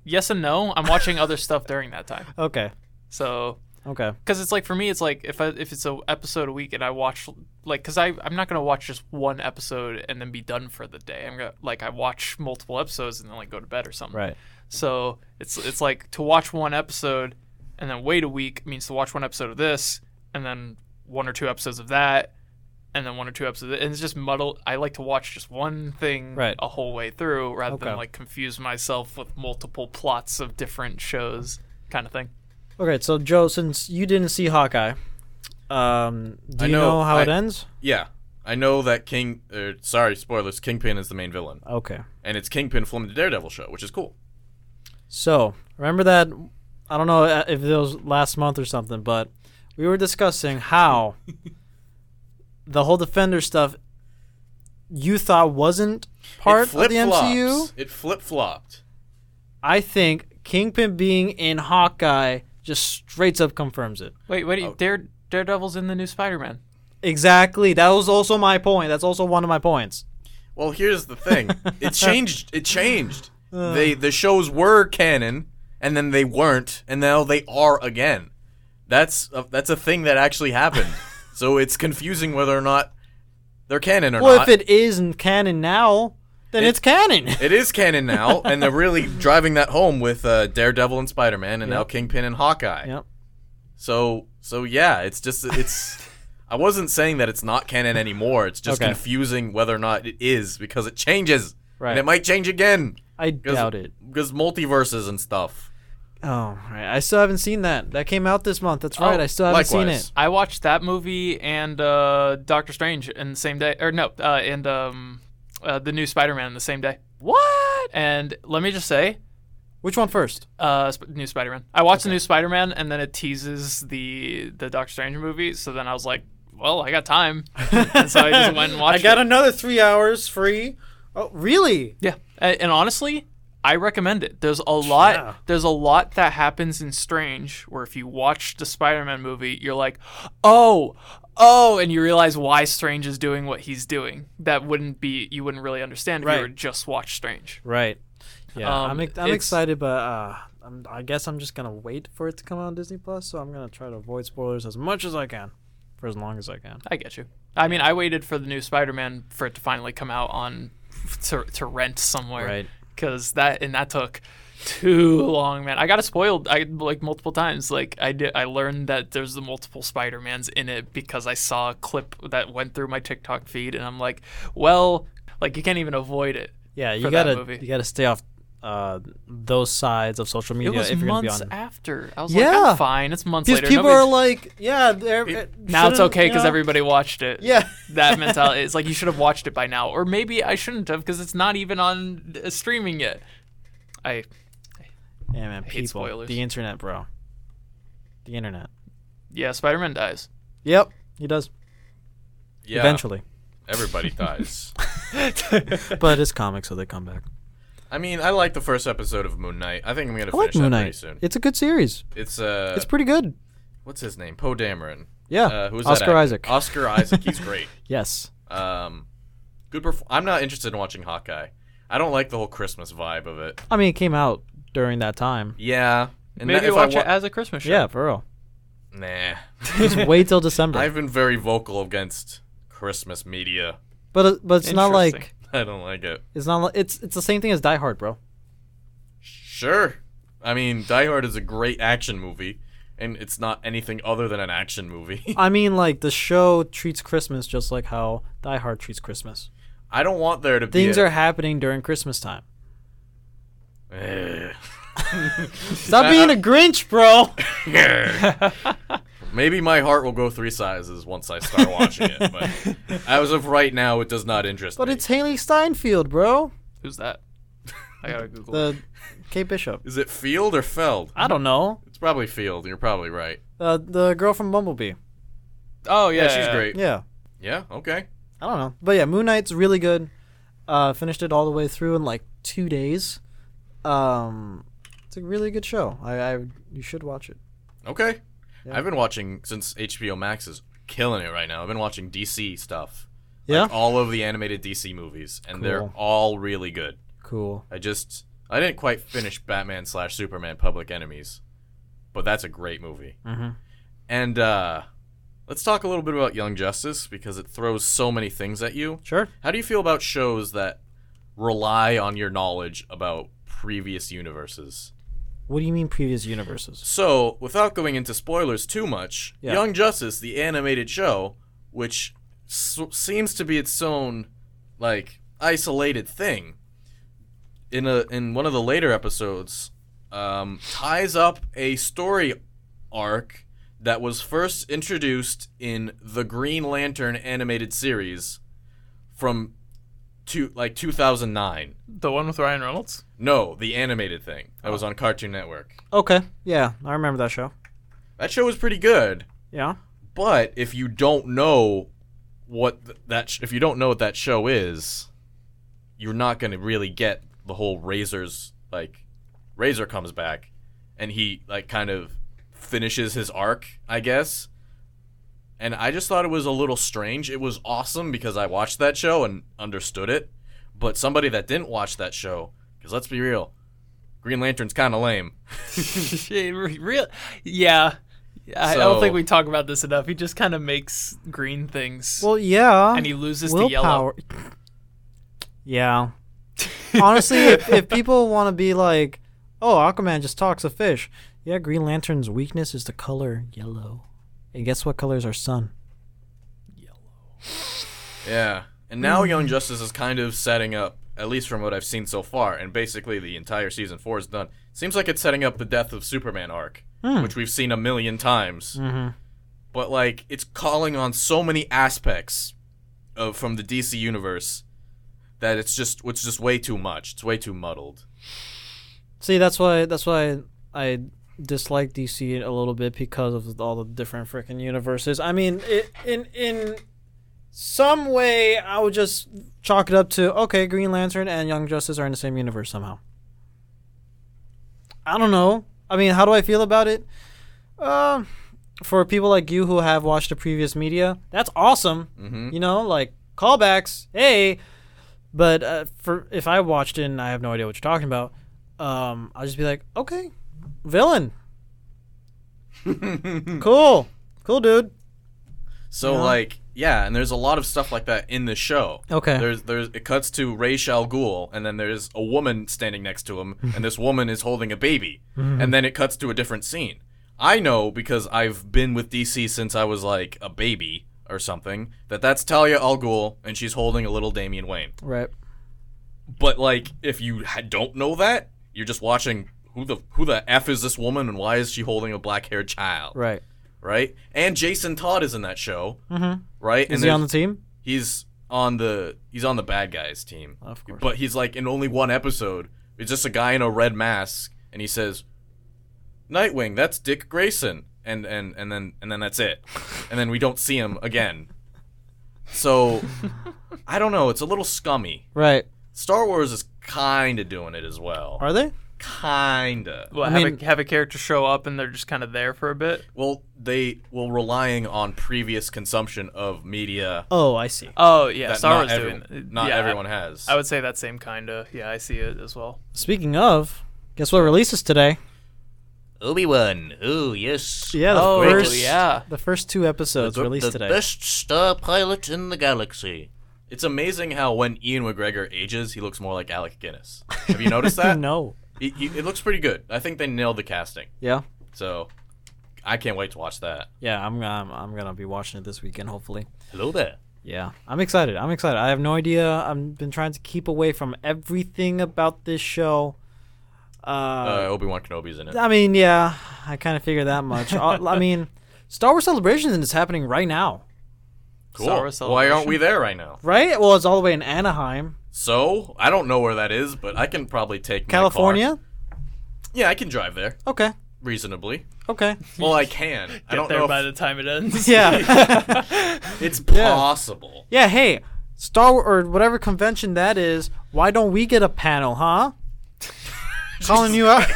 Yes and no. I'm watching other stuff during that time. Okay. So Okay. because it's like for me, it's like if I, if it's a episode a week and I watch like because I I'm not gonna watch just one episode and then be done for the day. I'm gonna like I watch multiple episodes and then like go to bed or something. Right. So it's it's like to watch one episode and then wait a week means to watch one episode of this and then one or two episodes of that and then one or two episodes of th- and it's just muddle I like to watch just one thing Right. a whole way through rather Okay. than like confuse myself with multiple plots of different shows kind of thing. Okay. So Joe, since you didn't see Hawkeye, um, do I you know, know- how it I- ends? Yeah, I know that King. Er, sorry, spoilers. Kingpin is the main villain, Okay. and it's Kingpin from the Daredevil show, which is cool. So remember that. I don't know uh, if it was last month or something, but we were discussing how the whole defender stuff you thought wasn't part it of the MCU. It flip flopped. I think Kingpin being in Hawkeye just straight up confirms it. Wait, what do you Oh. Dare Daredevil's in the new Spider-Man. Exactly. That was also my point. That's also one of my points. Well, here's the thing. It changed. It changed. Uh. they the shows were canon, and then they weren't, and now they are again. That's a, that's a thing that actually happened. so it's confusing whether or not they're canon or Well, not. if it is in canon now, then It- it's canon. it is canon now, and they're really driving that home with uh, Daredevil and Spider Man, and now Kingpin and Hawkeye. Yep. So so yeah, it's just it's. I wasn't saying that it's not canon anymore. It's just Okay. confusing whether or not it is because it changes. Right. And it might change again. I Because- doubt it. Because multiverses and stuff. Oh, right. I still haven't seen that. That came out this month. That's right. Oh, I still haven't seen likewise. it. I watched that movie and uh, Doctor Strange in the same day, or no, uh, and um, uh, the new Spider-Man in the same day. What? And let me just say, Which one first? uh, Sp- new Spider-Man. I watched the new Spider-Man, and then it teases the the Doctor Strange movie. So then I was like, well, I got time, and so I just went and watched. I got it. another three hours free. Oh, really? Yeah, and, and honestly, I recommend it. There's a lot. Yeah. There's a lot that happens in Strange where if you watch the Spider-Man movie, you're like, oh, oh, and you realize why Strange is doing what he's doing. That wouldn't be you wouldn't really understand if Right. you were to just watch Strange. Right. Yeah. Um, I'm, ex- I'm it's- excited, but uh, I'm, I guess I'm just gonna wait for it to come out on Disney Plus. So I'm gonna try to avoid spoilers as much as I can, for as long as I can. I get you. I mean, I waited for the new Spider-Man for it to finally come out on to, to rent somewhere. Right. Cause that and that took too long, man. I got it spoiled I like multiple times. Like I did, I learned that there's the multiple Spider-Mans in it because I saw a clip that went through my TikTok feed, and I'm like, well, like you can't even avoid it. Yeah, you for that gotta movie. you gotta stay off uh, those sides of social It media was if you're gonna be months on. after. I was like, Yeah. I'm fine. It's months Because later. people Nobody's- are like, yeah, they're, now it's shouldn't- okay you because know? everybody watched it. Yeah. that mentality. It's like you should have watched it by now, or maybe I shouldn't have because it's not even on uh, streaming yet. I Yeah, man, hate people, spoilers. the internet, bro, the internet. yeah, Spider Man dies. Yep, he does Yeah. eventually, Everybody dies. but it's comics, so they come back. I mean, I like the first episode of Moon Knight. I think I'm gonna I finish like Moon that pretty Knight. soon. It's a good series. It's uh, It's pretty good. what's his name? Poe Dameron. Yeah, Uh, who's that Oscar actor? Isaac. Oscar Isaac. He's great. yes. Um, good. Perf- I'm not interested in watching Hawkeye. I don't like the whole Christmas vibe of it. I mean, it came out during that time. Yeah. And Maybe that- if I watch wa- it as a Christmas show. Yeah, for real. Nah. Just wait till December. I've been very vocal against Christmas media. but uh, but it's not Interesting. like I don't like it. it's not like, it's it's the same thing as Die Hard, bro. Sure. I mean, Die Hard is a great action movie, and it's not anything other than an action movie. I mean, like the show treats Christmas just like how Die Hard treats Christmas. I don't want there to be Things a- are happening during Christmas time. Eh. Stop being a Grinch, bro. Maybe my heart will go three sizes once I start watching it, but as of right now, it does not interest But me. it's Haley Steinfeld, bro. Who's that? I gotta Google. The Kate Bishop. Is it Field or Feld? I don't know. It's probably Field. You're probably right. Uh, the girl from Bumblebee. oh yeah, Yeah, she's great. Yeah. Yeah. Okay. I don't know. But yeah, Moon Knight's really good. Uh, finished it all the way through in like two days. Um, it's a really good show. I, I you should watch it. Okay. Yeah. I've been watching since HBO Max is killing it right now. I've been watching DC stuff. Yeah. Like all of the animated DC movies, and they're Cool. all really good. Cool. I just I didn't quite finish Batman slash Superman Public Enemies, but that's a great movie. Mhm. And uh, let's talk a little bit about Young Justice because it throws so many things at you. Sure. How do you feel about shows that rely on your knowledge about previous universes? What do you mean previous universes? So, without going into spoilers too much, Yeah. Young Justice, the animated show, which s- seems to be its own like isolated thing, in a in one of the later episodes, um, ties up a story arc that was first introduced in the Green Lantern animated series from two like 2009. The one with Ryan Reynolds. No, the animated thing that was on Cartoon Network. Okay. Yeah, I remember that show. That show was pretty good. Yeah. But if you don't know what th- that sh- if you don't know what that show is, you're not going to really get the whole Razor's like Razor comes back and he like kind of finishes his arc, I guess. And I just thought it was a little strange. It was awesome because I watched that show and understood it, but somebody that didn't watch that show, cuz let's be real, Green Lantern's kind of lame. Real. Yeah. I I So- don't think we talk about this enough. He just kind of makes green things, Well, yeah. and he loses to yellow. willpower. yeah. Honestly, if, if people want to be like, oh, Aquaman just talks a fish. Yeah, Green Lantern's weakness is the color yellow. And guess what color is our sun? Yeah. And now Young Justice is kind of setting up, at least from what I've seen so far, and basically the entire season four is done. Seems like it's setting up the death of Superman arc, which we've seen a million times. Hmm. But like, it's calling on so many aspects of from the DC universe that it's just it's just way too much. It's way too muddled. See, that's why that's why I dislike DC a little bit because of all the different freaking universes. I mean, it, in in some way, I would just chalk it up to okay, Green Lantern and Young Justice are in the same universe somehow. I don't know. I mean, how do I feel about it? Um, for people like you who have watched the previous media, that's awesome. You know, like callbacks. Hey, but uh, for if I watched it and I have no idea what you're talking about, um, I'll just be like, okay, villain. cool. Cool, dude. So like, yeah, and there's a lot of stuff like that in the show. Okay. There's there's it cuts to Ra's al Ghul, and then there's a woman standing next to him, and this woman is holding a baby, Mm-hmm. and then it cuts to a different scene. I know because I've been with DC since I was like a baby or something that that's Talia al Ghul, and she's holding a little Damian Wayne. Right. But like, if you ha- don't know that, you're just watching who the who the f is this woman, and why is she holding a black haired child? Right. right? And Jason Todd is in that show, mm-hmm. right? Is and he on the there's- team? He's on the he's on the bad guys team, Of course. But he's like in only one episode. It's just a guy in a red mask, and he says, "Nightwing, that's Dick Grayson," and and and then and then that's it, and then we don't see him again. So, I don't know. It's a little scummy. Right. Star Wars is kind of doing it as well. Are they? Kinda. Well, I have, mean- a, have a character show up and they're just kind of there for a bit. Well, they well relying on previous consumption of media Oh, I see. Oh yeah, that Star not Wars everyone, doing. not yeah, I- everyone has. I would say that same kind of. Yeah, I see it as well. Speaking of, guess what releases today? Obi Wan. Oh yes. Yeah, the Oh, first yeah. the first two episodes released today. best star pilot in the galaxy. It's amazing how when Ian McGregor ages, he looks more like Alec Guinness. Have you noticed that? no. He- he- it looks pretty good. I think they nailed the casting. Yeah. So, I can't wait to watch that. Yeah, I'm I'm, I'm going to be watching it this weekend hopefully. Hello there. Yeah. I'm excited. I'm excited. I have no idea. I've been trying to keep away from everything about this show. Uh, Obi Wan Kenobi's in it. I mean, yeah, I kind of figured that much. I I mean, Star Wars Celebrations is happening right now, Cool. Star Wars Why aren't Celebration. we there right now? right? Well, it's all the way in Anaheim, So I don't know where that is, but I can probably take my car. California. Yeah, I can drive there Okay, reasonably. okay, Well, I can. I Get don't there know. by if the time it ends. yeah, It's possible. yeah. Hey, Star Wars or whatever convention that is, why don't we get a panel, huh? Calling you out.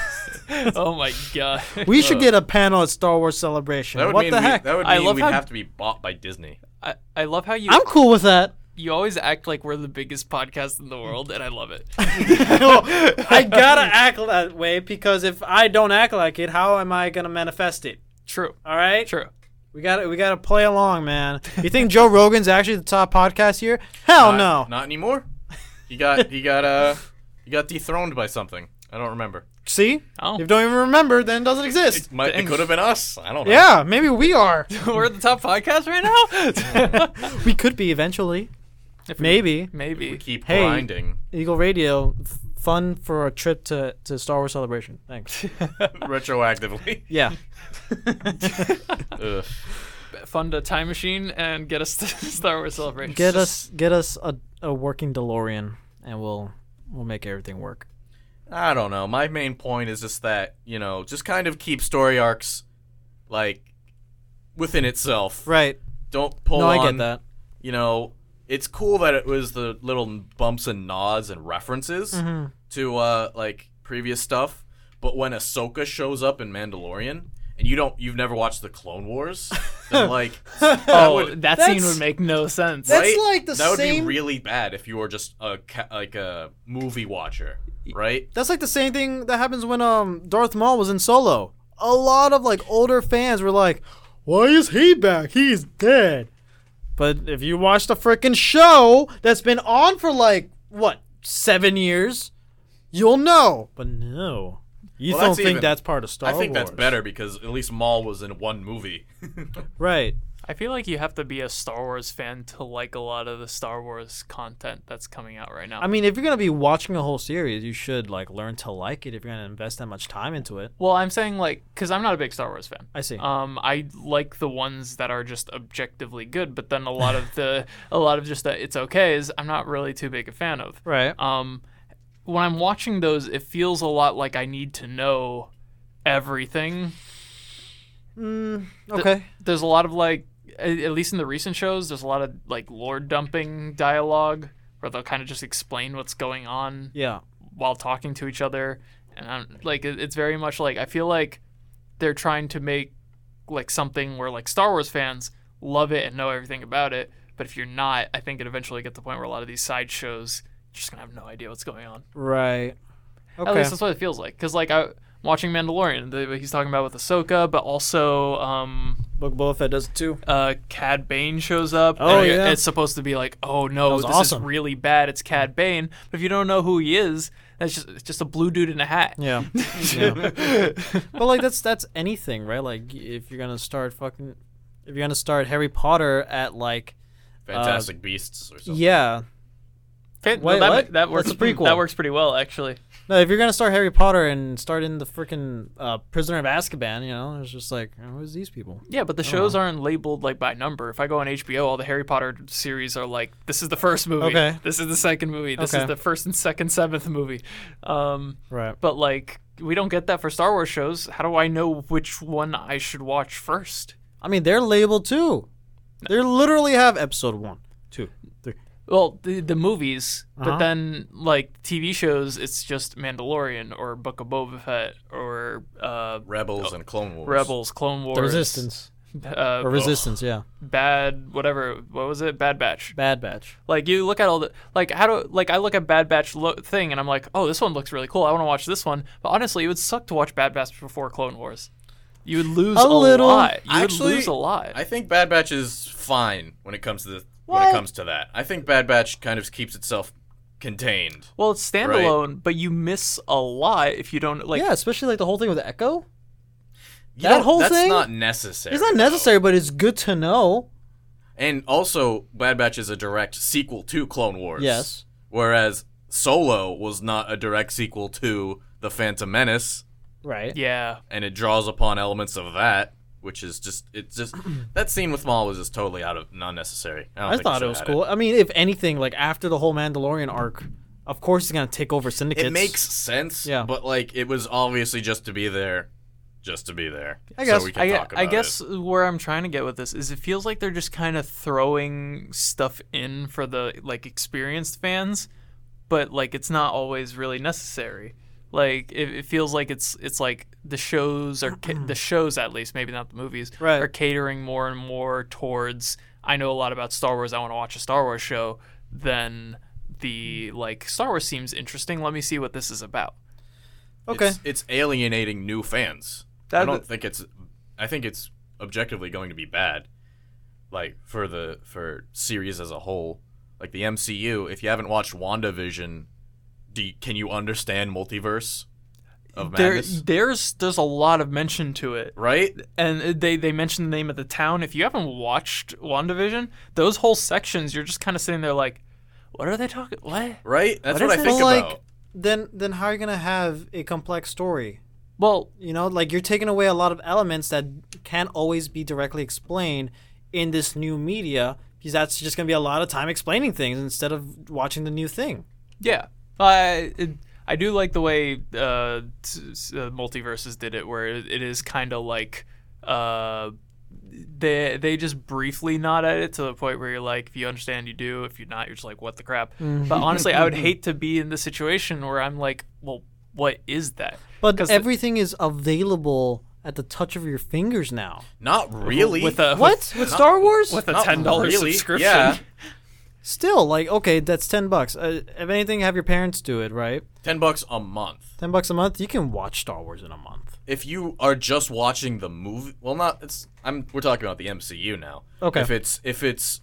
oh my god. We should get a panel at Star Wars Celebration. Uh. That would What mean the we- heck? that would I mean love we'd how- have to be bought by Disney. I, I love how you I'm cool with that. you always act like we're the biggest podcast in the world, and I love it. I gotta act that way because if I don't act like it, how am I gonna manifest it? True. All right. True. We got to we got to play along, man. You think Joe Rogan's actually the top podcast here? Uh, Hell Oh, no. Not, not anymore. He got he got uh he got dethroned by something. I don't remember. See? Oh. If you don't even remember, then it doesn't exist. Might, it Dang. could have been us. I don't know. yeah, maybe we are. we're the top podcast right now. we could be eventually. If we- Maybe. Maybe. Keep Hey. grinding. Eagle Radio f- fun for a trip to to Star Wars Celebration. Thanks. retroactively. Yeah. Ugh. Fund a time machine and get us to Star Wars Celebration. Get us get us a, a working DeLorean and we'll we'll make everything work. I don't know. My main point is just that you know just kind of keep story arcs like within itself. Right. Don't pull No, on. I get that. you know, it's cool that it was the little bumps and nods and references Mm-hmm. to uh, like previous stuff. But when Ahsoka shows up in Mandalorian, and you don't, you've never watched the Clone Wars, then like, that Oh, would, that that's- scene would make no sense. that's- right? like the that would same- be really bad if you were just a ca- like a movie watcher, right? That's like the same thing that happens when um Darth Maul was in Solo. A lot of like older fans were like, "Why is he back? He's dead." But if you watch the freaking show that's been on for like what seven years, you'll know. But no, you Well, don't that's think even- that's part of Star I Wars. Uh, think that's better because at least Maul was in one movie. Right. I feel like you have to be a Star Wars fan to like a lot of the Star Wars content that's coming out right now. I mean, if you're gonna be watching a whole series, you should like learn to like it. If you're gonna invest that much time into it, well, I'm saying like because I'm not a big Star Wars fan. I see. Um, I like the ones that are just objectively good, but then a lot of the a lot of just the it's okays I'm not really too big a fan of. right. Uh, Um, when I'm watching those, it feels a lot like I need to know everything. okay. There's a lot of like, a- at least in the recent shows, there's a lot of like lore dumping dialogue where they'll kind of just explain what's going on yeah. while talking to each other, and I'm like, it- it's very much like I feel like they're trying to make like something where like Star Wars fans love it and know everything about it, but if you're not, I think it eventually get to the point where a lot of these side shows you're just gonna have no idea what's going on. Right. Okay. At least that's what it feels like. Because like I watching Mandalorian, the, what he's talking about with Ahsoka, but also um, Book Boba Fett does it too. uh, Cad Bane shows up. Oh, and yeah. It's supposed to be like, oh no, was this awesome. is really bad. It's Cad Bane. But if you don't know who he is, that's just it's just a blue dude in a hat. Yeah. yeah. but like that's that's anything, right? Like if you're gonna start fucking, if you're gonna start Harry Potter at like Fantastic Beasts or something. yeah, Fan- Wait, that, what? that works. That's a prequel. That works pretty well actually. no, if you're gonna start Harry Potter and start in the freaking uh, Prisoner of Azkaban, you know, it's just like who's these people? Yeah, but the shows aren't labeled like by number. If I go on HBO, all the Harry Potter series are like, this is the first movie. Okay. This is the second movie. This Okay. is the first and second seventh movie. Um, Right. But like, we don't get that for Star Wars shows. How do I know which one I should watch first? I mean, they're labeled too. They literally have episode one, two, three. Well, the the movies, Uh-huh. but then like TV shows, it's just Mandalorian or Book of Boba Fett or uh, Rebels and Clone Wars. Rebels, Clone Wars, The Resistance uh, or Resistance, yeah. Bad, whatever. What was it? Bad Batch. oh. Bad Batch. Like you look at all the like how do like I look at Bad Batch lo- thing and I'm like, oh, this one looks really cool. I want to watch this one. But honestly, it would suck to watch Bad Batch before Clone Wars. You would lose A a, little. lot. You Actually, would lose a lot. I think Bad Batch is fine when it comes to the, when it What? comes to that. I think Bad Batch kind of keeps itself contained. well, it's standalone, but you miss a lot if you don't like. yeah, especially like the whole thing with Echo. You That don't- whole that's thing? not necessary. It's not though. necessary, but it's good to know. And also, Bad Batch is a direct sequel to Clone Wars. Yes. Whereas Solo was not a direct sequel to The Phantom Menace, Right. Yeah. and it draws upon elements of that, which is just it's just that scene with Maul was just totally out of not necessary. I, don't I think thought should've it was had cool. I mean, if anything, like after the whole Mandalorian arc, of course he's gonna take over It syndicates. makes sense, Yeah. but like it was obviously just to be there, just to be there. I guess- so we can I, talk about I guess it. where I'm trying to get with this is it feels like they're just kind of throwing stuff in for the like experienced fans, but like it's not always really necessary. Like it, it feels like it's it's like the shows are ca- the shows at least maybe not the movies Right. are catering more and more towards I know a lot about Star Wars I want to watch a Star Wars show than the like Star Wars seems interesting let me see what this is about. okay. it's, it's alienating new fans. I That- don't think it's. I think it's objectively going to be bad, like for the for series as a whole, like the MCU. If you haven't watched WandaVision, do you, can you understand multiverse of There, madness? there's there's a lot of mention to it. right? and they they mention the name of the town. If you haven't watched WandaVision, those whole sections, you're just kind of sitting there like, what are they talking? What? Right. That's is what, I it? think But, like, about. Then, then how are you gonna have a complex story? Well, You know, like you're taking away a lot of elements that can't always be directly explained in this new media because that's just gonna be a lot of time explaining things instead of watching the new thing. yeah, I it, I do like the way uh, t- s- uh, multiverses did it, where it, it is kind of like uh, they they just briefly nod at it to the point where you're like, if you understand, you do. If you're not, you're just like, what the crap. But honestly, I would hate to be in the situation where I'm like, well, what is that? But 'Cause the- everything is available at the touch of your fingers now. Not really. with a What with Star Wars? with, a Not ten dollar really. subscription. Yeah. Still, like okay, that's ten bucks. Uh, if anything, have your parents do it, right? ten bucks a month. 10 bucks a month, you can watch Star Wars in a month. if you are just watching the movie well not it's i'm we're talking about the mcu now Okay. if it's if it's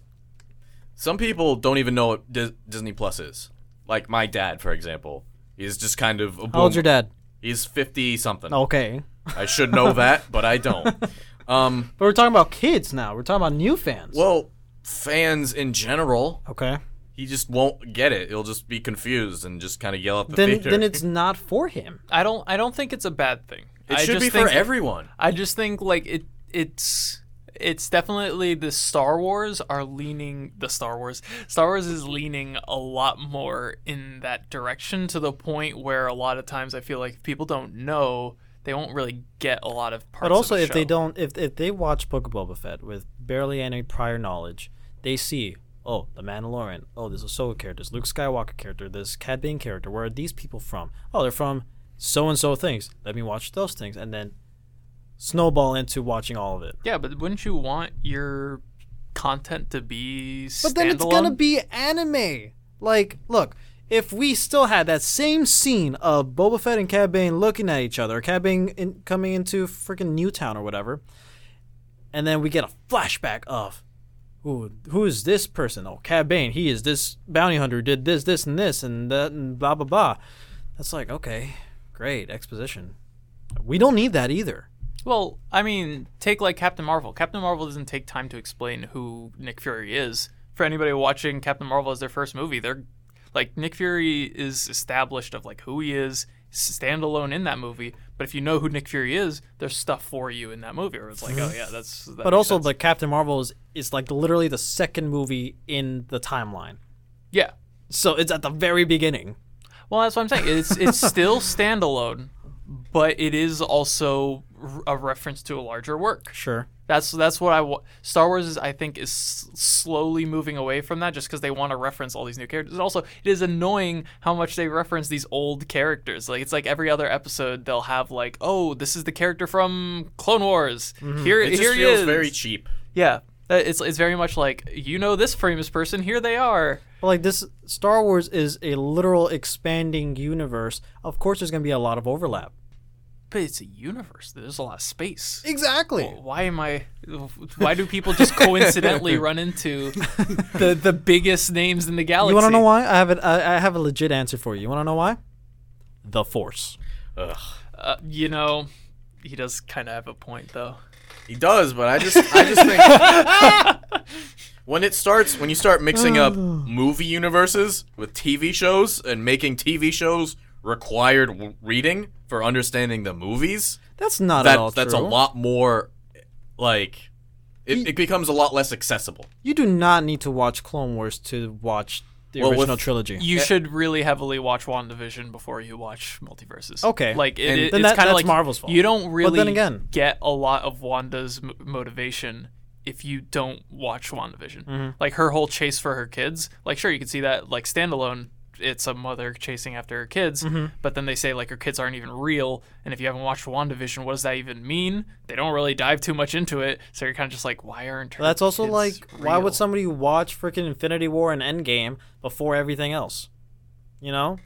some people don't even know what Dis- disney plus is like my dad for example is just kind of a How old's your dad? Oh. he's 50 something Okay. i should know that but i don't Um, But we're talking about kids now. We're talking about new fans. well, fans in general, okay. he just won't get it. He'll just be confused and just kind of yell at the Then theater. then it's not for him. I don't. I don't think it's a bad thing. it I should just be think, for everyone. I just think like it. It's it's definitely the Star Wars are leaning the Star Wars. Star Wars is leaning a lot more in that direction to the point where a lot of times I feel like if people don't know, they won't really get a lot of parts. But also, of the if they show. don't, if if they watch Book of Boba Fett with barely any prior knowledge, they see, oh, the Mandalorian. Oh, this Ahsoka character. This Luke Skywalker character. This Cad Bane character. Where are these people from? Oh, they're from so and so things. Let me watch those things, and then snowball into watching all of it. Yeah, but wouldn't you want your content to be standalone? But then it's gonna be anime. Like, look, if we still had that same scene of Boba Fett and Cad Bane looking at each other, Cad Bane in, coming into freaking Newtown or whatever, and then we get a flashback of, ooh, who is this person? Oh, Cad Bane. He is this bounty hunter who did this, this, and this, and that, and blah blah blah. That's like okay, great exposition. We don't need that either. Well, I mean, take like Captain Marvel. Captain Marvel doesn't take time to explain who Nick Fury is. For anybody watching Captain Marvel as their first movie, they're like Nick Fury is established of like who he is standalone in that movie. But if you know who Nick Fury is, there's stuff for you in that movie. Or it's like, oh yeah, that's. That But makes also, sense. like Captain Marvel is, is like literally the second movie in the timeline. yeah. So it's at the very beginning. Well, that's what I'm saying. It's it's still standalone, but it is also r- a reference to a larger work. Sure. That's that's what I wa- Star Wars is I think is s- slowly moving away from that just because they want to reference all these new characters. And also, it is annoying how much they reference these old characters. Like it's like every other episode they'll have like, oh, this is the character from Clone Wars. Here, Mm-hmm. It just here he feels is. very cheap. yeah, Uh, it's it's very much like you know this famous person. Here they are. But like this Star Wars is a literal expanding universe. Of course there's going to be a lot of overlap. But it's a universe. There's a lot of space. Exactly. why am I? Why do people just coincidentally run into the the biggest names in the galaxy? you want to know why? I have an, I, I have a legit answer for you. You want to know why? The Force. Ugh. Uh, you know, he does kind of have a point though. He does, but I just I just think when it starts when you start mixing up movie universes with TV shows and making TV shows required w- reading for understanding the movies, That's not at all that that's a true. lot more like it, it becomes a lot less accessible. You do not need to watch Clone Wars to watch the Well, with- original trilogy. You should really heavily watch WandaVision before you watch Multiverses. Okay. like it, And- it- Then it's that- kind of like that's Marvel's fault. You don't really then again- get a lot of Wanda's m- motivation if you don't watch WandaVision. Mm-hmm. Like her whole chase for her kids. Like sure, you can see that like standalone. It's a mother chasing after her kids, Mm-hmm. but then they say like her kids aren't even real. And if you haven't watched WandaVision, what does that even mean? They don't really dive too much into it, so you're kind of just like, why aren't her? that's also kids like why real? would somebody watch freaking Infinity War and Endgame before everything else? You know?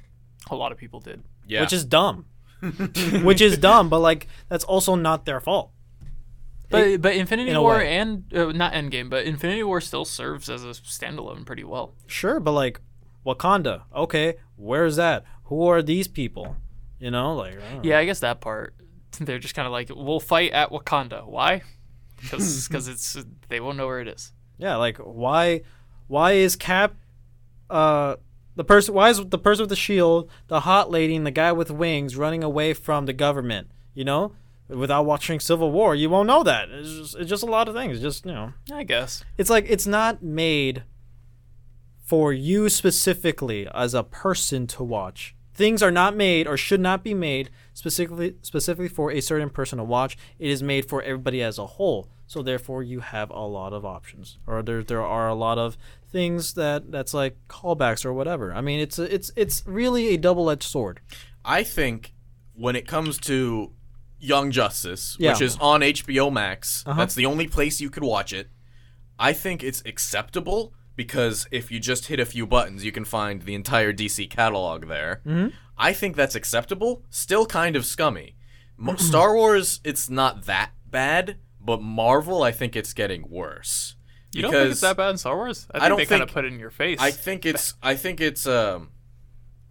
a lot of people did. Yeah. Which is dumb. Which is dumb, but like that's also not their fault. But but Infinity in a War way. and uh, not Endgame, but Infinity War still serves as a standalone pretty well. Sure, but like Wakanda, okay, where's that? Who are these people? You know, like I don't know. Yeah, I guess that part. They're just kind of like, we'll fight at Wakanda. Why? Because it's they won't know where it is. yeah, like why, why is Cap, uh, the person? Why is the person with the shield, the hot lady, and the guy with wings running away from the government? You know, without watching Civil War, you won't know that. It's just, it's just a lot of things. Just you know, I guess. it's like it's not made for you specifically as a person to watch. Things are not made or should not be made specifically specifically for a certain person to watch. It is made for everybody as a whole. So therefore you have a lot of options. Or there there are a lot of things that that's like callbacks or whatever. I mean it's a, it's it's really a double-edged sword. I think when it comes to Young Justice, Yeah. which is on HBO Max, that's the only place you could watch it. I think it's acceptable because if you just hit a few buttons, you can find the entire DC catalog there. I think that's acceptable. Still kind of scummy. Mo- Star Wars, it's not that bad, but Marvel, I think it's getting worse. You don't think it's Because- that bad in Star Wars? I think don't they kind of think- put it in your face. I think it's I think it's um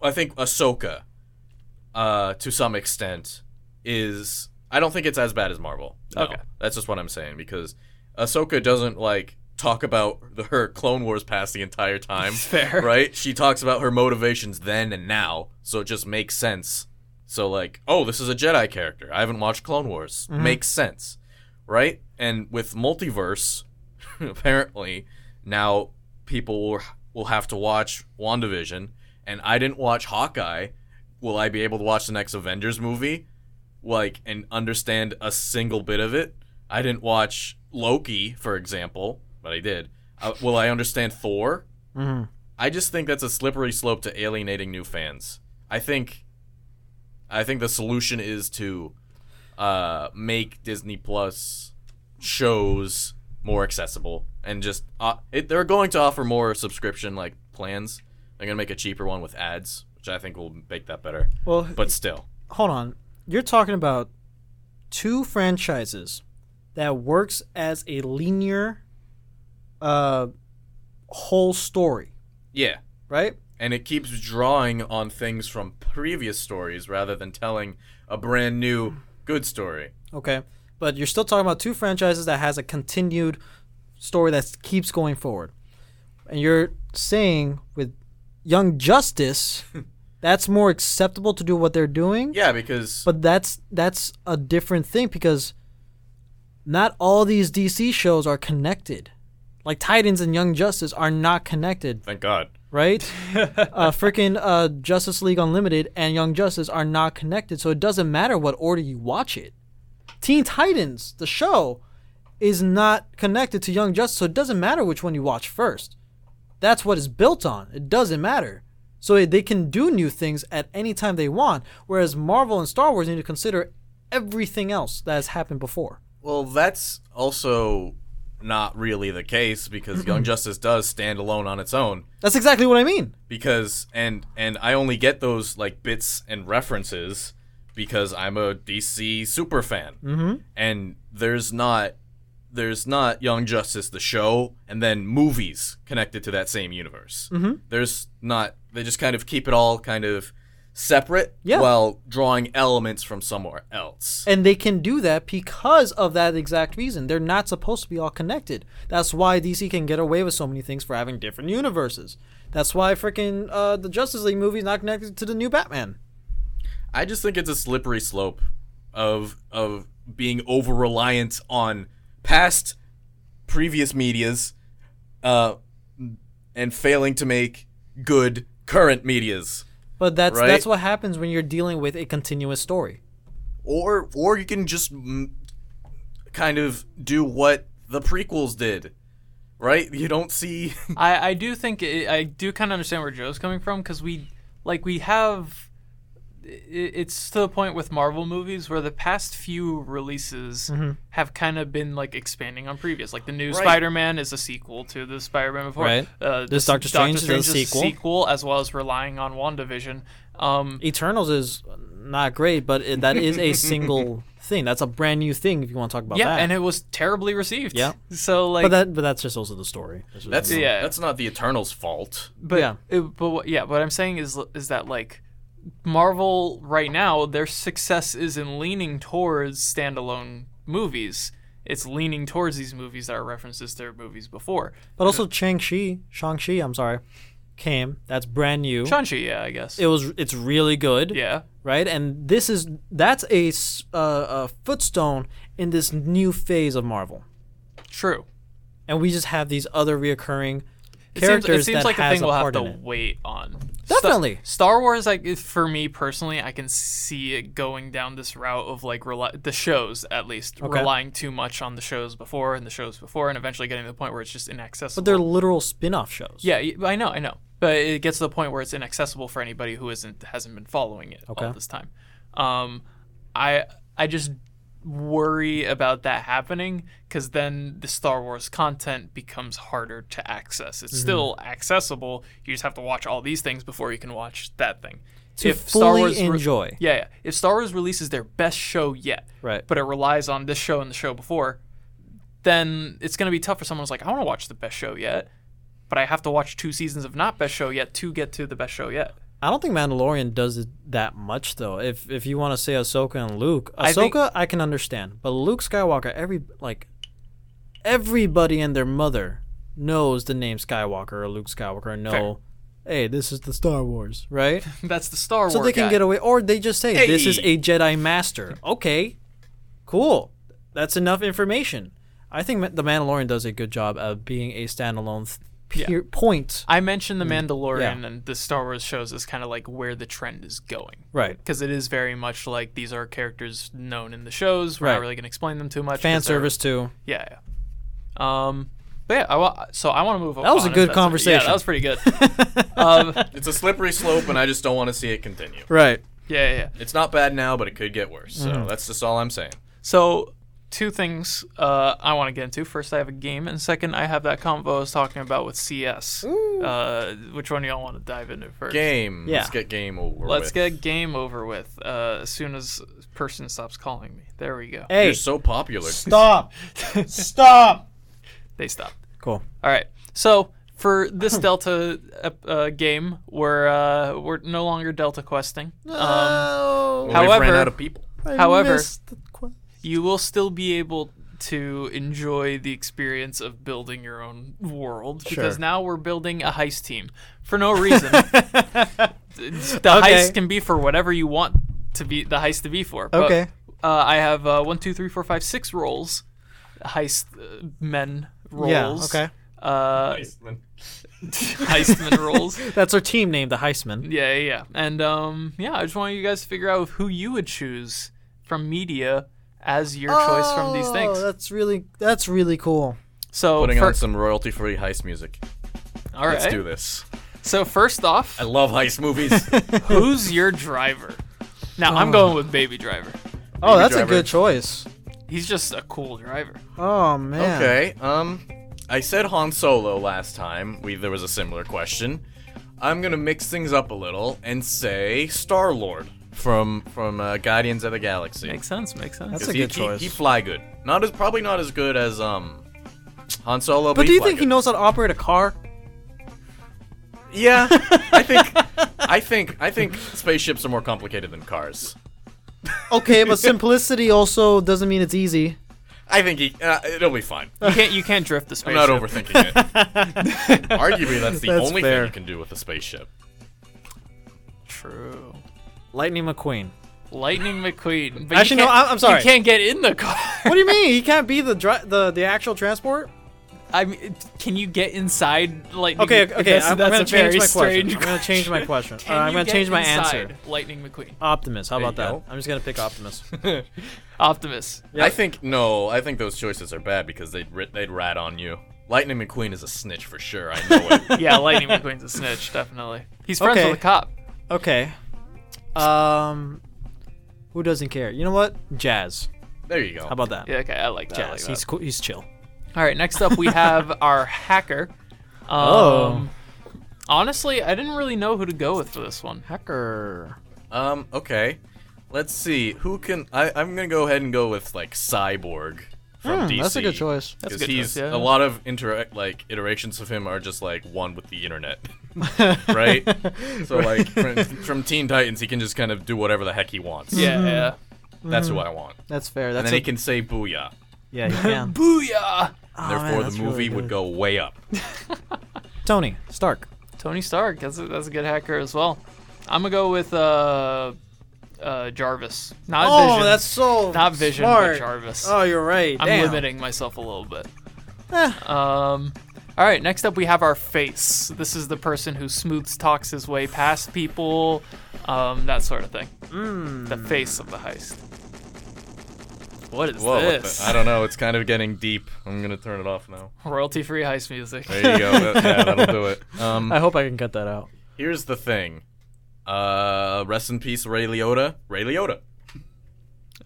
I think Ahsoka uh to some extent is I don't think it's as bad as Marvel. No. Okay. That's just what I'm saying because Ahsoka doesn't like talk about the, her Clone Wars past the entire time. Fair. Right? She talks about her motivations then and now, so it just makes sense. So like, oh, this is a Jedi character. I haven't watched Clone Wars. Makes sense. Right? And with multiverse, apparently, now people will- will have to watch WandaVision and I didn't watch Hawkeye. Will I be able to watch the next Avengers movie? like and understand a single bit of it. I didn't watch Loki, for example, but I did. Uh, will I understand Thor? Mhm. I just think that's a slippery slope to alienating new fans. I think, I think the solution is to uh, make Disney Plus shows more accessible and just uh, it, they're going to offer more subscription like plans. They're gonna make a cheaper one with ads, which I think will make that better. Well, But still, hold on. You're talking about two franchises that works as a linear uh whole story, yeah. right? and it keeps drawing on things from previous stories rather than telling a brand new good story. Okay. But you're still talking about two franchises that has a continued story that keeps going forward. And you're saying with Young Justice that's more acceptable to do what they're doing? Yeah, because But that's that's a different thing because not all these DC shows are connected. Like Titans and Young Justice are not connected, thank God. right? uh, freaking uh, Justice League Unlimited and Young Justice are not connected, so it doesn't matter what order you watch it. Teen Titans, the show, is not connected to Young Justice, so it doesn't matter which one you watch first. That's what it's built on. It doesn't matter. So it- they can do new things at any time they want, whereas Marvel and Star Wars need to consider everything else that has happened before. Well, that's also not really the case because Young Justice does stand alone on its own That's exactly what I mean. because and and I only get those like bits and references because I'm a DC super fan. Mm-hmm. And there's not there's not Young Justice the show and then movies connected to that same universe. Mm-hmm. There's not they just kind of keep it all kind of separate Yeah. while drawing elements from somewhere else. And they can do that because of that exact reason. They're not supposed to be all connected. That's why DC can get away with so many things for having different universes. That's why freaking uh, the Justice League movie is not connected to the new Batman. I just think it's a slippery slope of of being over reliant on past previous medias uh and failing to make good current medias But that's Right. that's what happens when you're dealing with a continuous story. or or you can just mm, kind of do what the prequels did right you don't see I, I do think it, I do kind of understand where Joe's coming from because we like we have i- it's to the point with Marvel movies where the past few releases Mm-hmm. have kind of been like expanding on previous. Like the new Spider-Man is a sequel to the Spider-man before. Right. Uh, This Doctor Strange is a sequel. as well as relying on WandaVision. Um, Eternals is not great, but it, that is a single thing. That's a brand new thing if you want to talk about yeah, that. and it was terribly received. Yeah. So like but that but that's just also the story. That's just- that's Yeah. that's not the eternal's fault But Yeah. it- but what, yeah, what I'm saying is is that like Marvel right now, their success isn't leaning towards standalone movies. It's leaning towards these movies that are references to their movies before. but also Shang Chi, Shang Chi. I'm sorry, came. That's brand new. Shang-Chi, yeah, I guess. it was it's really good. yeah. right? And this is that's a, s- uh, a footstone in this new phase of Marvel, True. and we just have these other reoccurring It seems, characters it seems that like a has thing we'll have part to in it. wait on. Definitely. Sta- Star Wars, like is- for me personally, I can see it going down this route of like reli- the shows at least Okay. relying too much on the shows before and the shows before, and eventually getting to the point where it's just inaccessible. But they're literal spin-off shows. Yeah, y- I know, I know. But it gets to the point where it's inaccessible for anybody who isn't hasn't been following it Okay. all this time. Um, I I just worry about that happening because then the Star Wars content becomes harder to access. Mm-hmm. It's still accessible. You just have to watch all these things before you can watch that thing. To fully enjoy. yeah, yeah. If Star Wars releases their best show yet, Right. but it relies on this show and the show before, then it's going to be tough for someone who's like, I want to watch the best show yet, but I have to watch two seasons of not best show yet to get to the best show yet. I don't think Mandalorian does it that much though. If if you want to say Ahsoka and Luke, Ahsoka I, can understand, but Luke Skywalker, every like everybody and their mother knows the name Skywalker or Luke Skywalker and know, hey, this is the Star Wars, right? That's the Star so Wars. they can guy. get away, or they just say this is Hey. a Jedi Master. Okay, cool, that's enough information. I think Ma- the Mandalorian does a good job of being a standalone th- Yeah. peer- point. I mentioned the Mandalorian Mm-hmm. yeah. and the Star Wars shows as kind of like where the trend is going. Right. Because it is very much like these are characters known in the shows. We're Right. not really going to explain them too much. 'cause Fan they're- service too. Yeah. yeah. Um, but yeah, I wa- so I want to move on. That was a if good that's- Yeah, conversation. that was pretty good. um, It's a slippery slope, and I just don't want to see it continue. Right. yeah, yeah, yeah. It's not bad now, but it could get worse. So that's just all I'm saying. So, two things uh, I want to get into. First, I have a game, and second, I have that convo I was talking about with CS. Uh, which one do y'all want to dive into first? Game. Yeah. Let's get game over. Let's with. get game over with uh, as soon as person stops calling me. There we go. Hey. You're so popular. Stop. Stop. They stopped. Cool. All right. So for this Delta ep- uh, game, we're uh, we're no longer Delta questing. Um, Oh, Well, we've However- ran out of people. however, you will still be able to enjoy the experience of building your own world because Sure. now we're building a heist team for no reason. the heist can be for whatever you want to be the heist to be for. But, Okay. Uh, I have uh, one, two, three, four, five, six roles, heist uh, men roles. Yeah. Okay. Uh, heistman roles. That's our team name, the Heisman. Yeah, yeah, yeah. And um, yeah, I just want you guys to figure out who you would choose from media as your choice from these things. Oh, That's really that's really cool. So, Putting fir- on some royalty-free heist music. all right. Let's do this. So first off, I love heist movies. who's your driver? Now I'm going with Baby Driver. Oh, Baby that's driver. a good choice. He's just a cool driver. Oh man. okay. Um, I said Han Solo last time. We there was a similar question. I'm gonna mix things up a little and say Star Lord from from uh, Guardians of the Galaxy. Makes sense. Makes sense. That's a he, good he- choice. He, fly good. Not as probably not as good as um Han Solo. But, But do you fly think he good. knows how to operate a car? Yeah, I think I think I think spaceships are more complicated than cars. Okay, but simplicity also doesn't mean it's easy. I think he uh, it'll be fine. You can't. You can't drift the I'm spaceship. not overthinking it. Arguably, that's the That's only fair. thing you can do with a spaceship. True. Lightning McQueen. Lightning McQueen. But you Actually, no, can't- I- I'm sorry. You can't get in the car. What do you mean? He can't be the dri- the the actual transport? I mean, can you get inside Lightning? Okay, Mc- okay. That's, I'm, that's I'm gonna a change very my strange. question. I'm gonna change my question. Uh, Can I'm you gonna get change my inside answer. Lightning McQueen. Optimus. How about There that? you go. I'm just gonna pick Optimus. Optimus. I think no. I think those choices are bad because they'd ri- they'd rat on you. Lightning McQueen is a snitch for sure. I know it. Yeah, Lightning McQueen's a snitch, definitely. He's friends Okay. with a cop. okay. Um, who doesn't care? You know what? Jazz. there you go. How about that? Yeah, okay, I like that. I like Jazz. that. He's cool. He's chill. All right, next up we have our hacker. Um, Oh. Honestly, I didn't really know who to go with for this one. Hacker. Um. Okay. Let's see who can. I, I'm gonna go ahead and go with like Cyborg from DC. that's a good choice. That's a Because good he's choice, yeah. a lot of interact like iterations of him are just like one with the internet, right? So like from, from Teen Titans, he can just kind of do whatever the heck he wants. Yeah, yeah. that's who I want. That's fair. And That's then a, he can say "booyah." yeah, he can. Booyah! Oh, man, Therefore, that's the really movie would good. go way up. Tony Stark. Tony Stark. That's a, that's a good hacker as well. I'm gonna go with uh, uh, Jarvis. Not Oh, Vision. so Not Vision, but smart. Jarvis. Oh, you're right. I'm limiting myself a little bit. Um, all right, next up we have our face. This is the person who smooths talks his way past people, um, that sort of thing. The face of the heist. What is Whoa! what this? the- I don't know. It's kind of getting deep. I'm gonna turn it off now. Royalty-free heist music. There you go. That- yeah, that'll do it. Um, I hope I can cut that out. Here's the thing. Uh, rest in peace, Ray Liotta. Ray Liotta.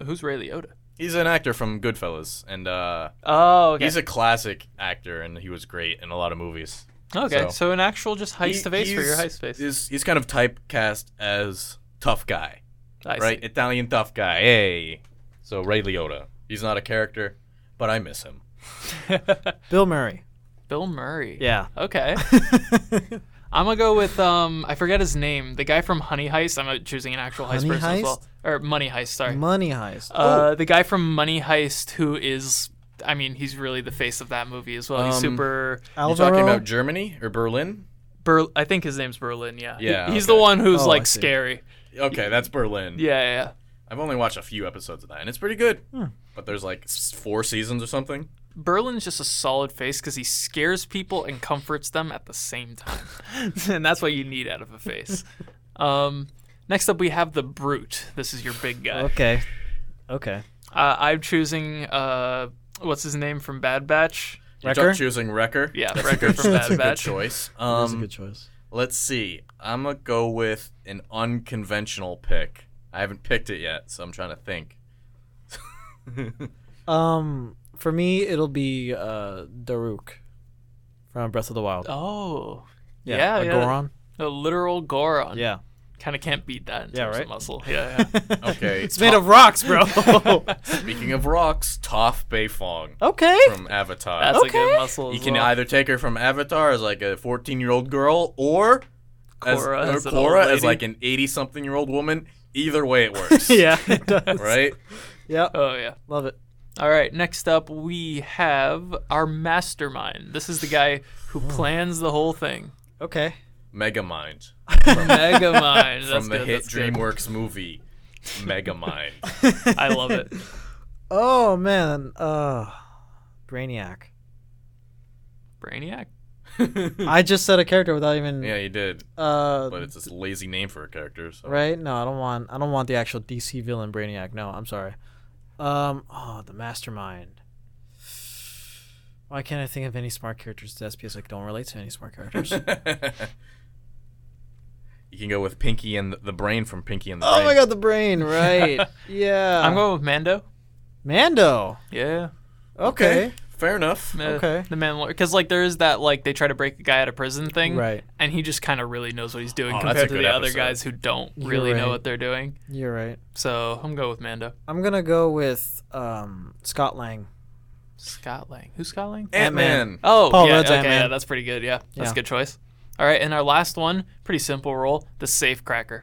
Who's Ray Liotta? He's an actor from Goodfellas, and uh, Oh, okay. he's a classic actor, and he was great in a lot of movies. okay, so- so. an actual just heist He- face for your he's- heist face. He's, he's kind of typecast as tough guy, I see. right? Italian tough guy. Hey. So Ray Liotta. He's not a character, but I miss him. Bill Murray. Bill Murray. Yeah. Okay. I'm gonna go with um I forget his name. The guy from Honey Heist. I'm uh, choosing an actual heist Honey person as well. Heist? Or Money Heist, sorry. Money heist. uh the guy from Money Heist who is I mean, he's really the face of that movie as well. He's Um, super You Alvaro. talking about Germany or Berlin? Ber- I think his name's Berlin, yeah. He- Yeah, he's okay. the one who's Oh, I like see. scary. Okay, that's Berlin. Yeah, yeah, yeah. I've only watched a few episodes of that, and it's pretty good. But there's like s- four seasons or something. Berlin's just a solid face because he scares people and comforts them at the same time, and that's what you need out of a face. Um, next up, we have the brute. This is your big guy. okay. Okay. Uh, I'm choosing uh, what's his name from Bad Batch. You're Wrecker? choosing Wrecker. Yeah, that's Wrecker a good, from that's Bad a good Batch. choice. That's a Um, good choice. Let's see. I'm gonna go with an unconventional pick. I haven't picked it yet, so I'm trying to think. Um, for me, it'll be uh Daruk from Breath of the Wild. Oh, yeah, a yeah. Goron. a literal Goron. Yeah, kind of can't beat that in Yeah, terms right? of muscle. Yeah, yeah. Okay. it's made of rocks, bro. Speaking of rocks, Toph Beifong okay. from Avatar. that's a Okay. good muscle. As you can well. either take her from Avatar as like a 14 year old girl or Korra as, as or an old Korra as lady. like an 80 something year old woman. Either way, it works. yeah, it does. Right? Yeah, Oh yeah. love it. All right, next up we have our mastermind. This is the guy who Oh. plans the whole thing. Okay. Megamind. Megamind. That's From the good, hit that's good. DreamWorks movie, Megamind. I love it. Oh man, uh, Brainiac. Brainiac. I just said a character without even. yeah, you did. Uh, But it's this lazy name for a character. So. right? No, I don't want. I don't want the actual DC villain Brainiac. No, I'm sorry. Um, oh, the Mastermind. Why can't I think of any smart characters? That's because I don't relate to any smart characters. you can go with Pinky and the- the Brain from Pinky and the Oh Brain. my god, the brain, right? yeah. I'm going with Mando. Mando. Yeah. Okay. Fair enough. Uh, Okay. The Mandalorian. Because, like, there is that, like, they try to break a guy out of prison thing. Right. And he just kind of really knows what he's doing Oh, that's a compared to good the other episode. guys who don't You're really right. know what they're doing. You're right. So I'm going with Mando. I'm gonna go with um, Scott Lang. Scott Lang. Who's Scott Lang? Ant Man. Oh, Paul yeah, Rudd's okay, Ant-Man. yeah, that's pretty good. Yeah, that's Yeah. a good choice. All right, and our last one, pretty simple role, the safecracker.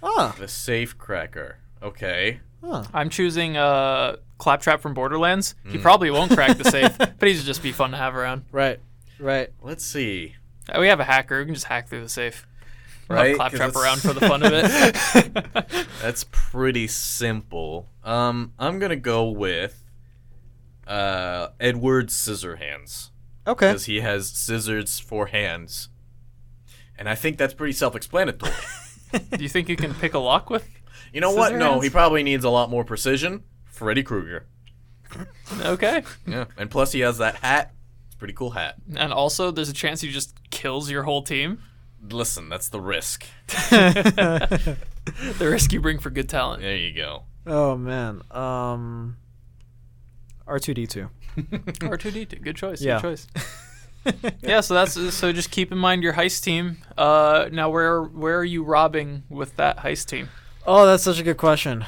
Ah. The Safe Cracker. Okay. Huh. I'm choosing uh, Claptrap from Borderlands. He Hmm. probably won't crack the safe, but he'd just be fun to have around. Right. Right. Let's see. Uh, We have a hacker. We can just hack through the safe. We'll Right, have 'cause Claptrap it's- around for the fun of it. That's pretty simple. Um, I'm gonna go with uh Edward Scissorhands Okay. because he has scissors for hands, and I think that's pretty self-explanatory. Do you think you can pick a lock with? You know what? No, Scissorhands? he probably needs a lot more precision. Freddy Krueger. Okay. Yeah, and plus he has that hat. It's a pretty cool hat. And also, there's a chance he just kills your whole team. Listen, that's the risk. The risk you bring for good talent. There you go. oh man. Um. R2D2. R2D2. Good choice. Yeah. Good choice. yeah, so that's so just keep in mind your heist team. Uh now where where are you robbing with that heist team? Oh, that's such a good question.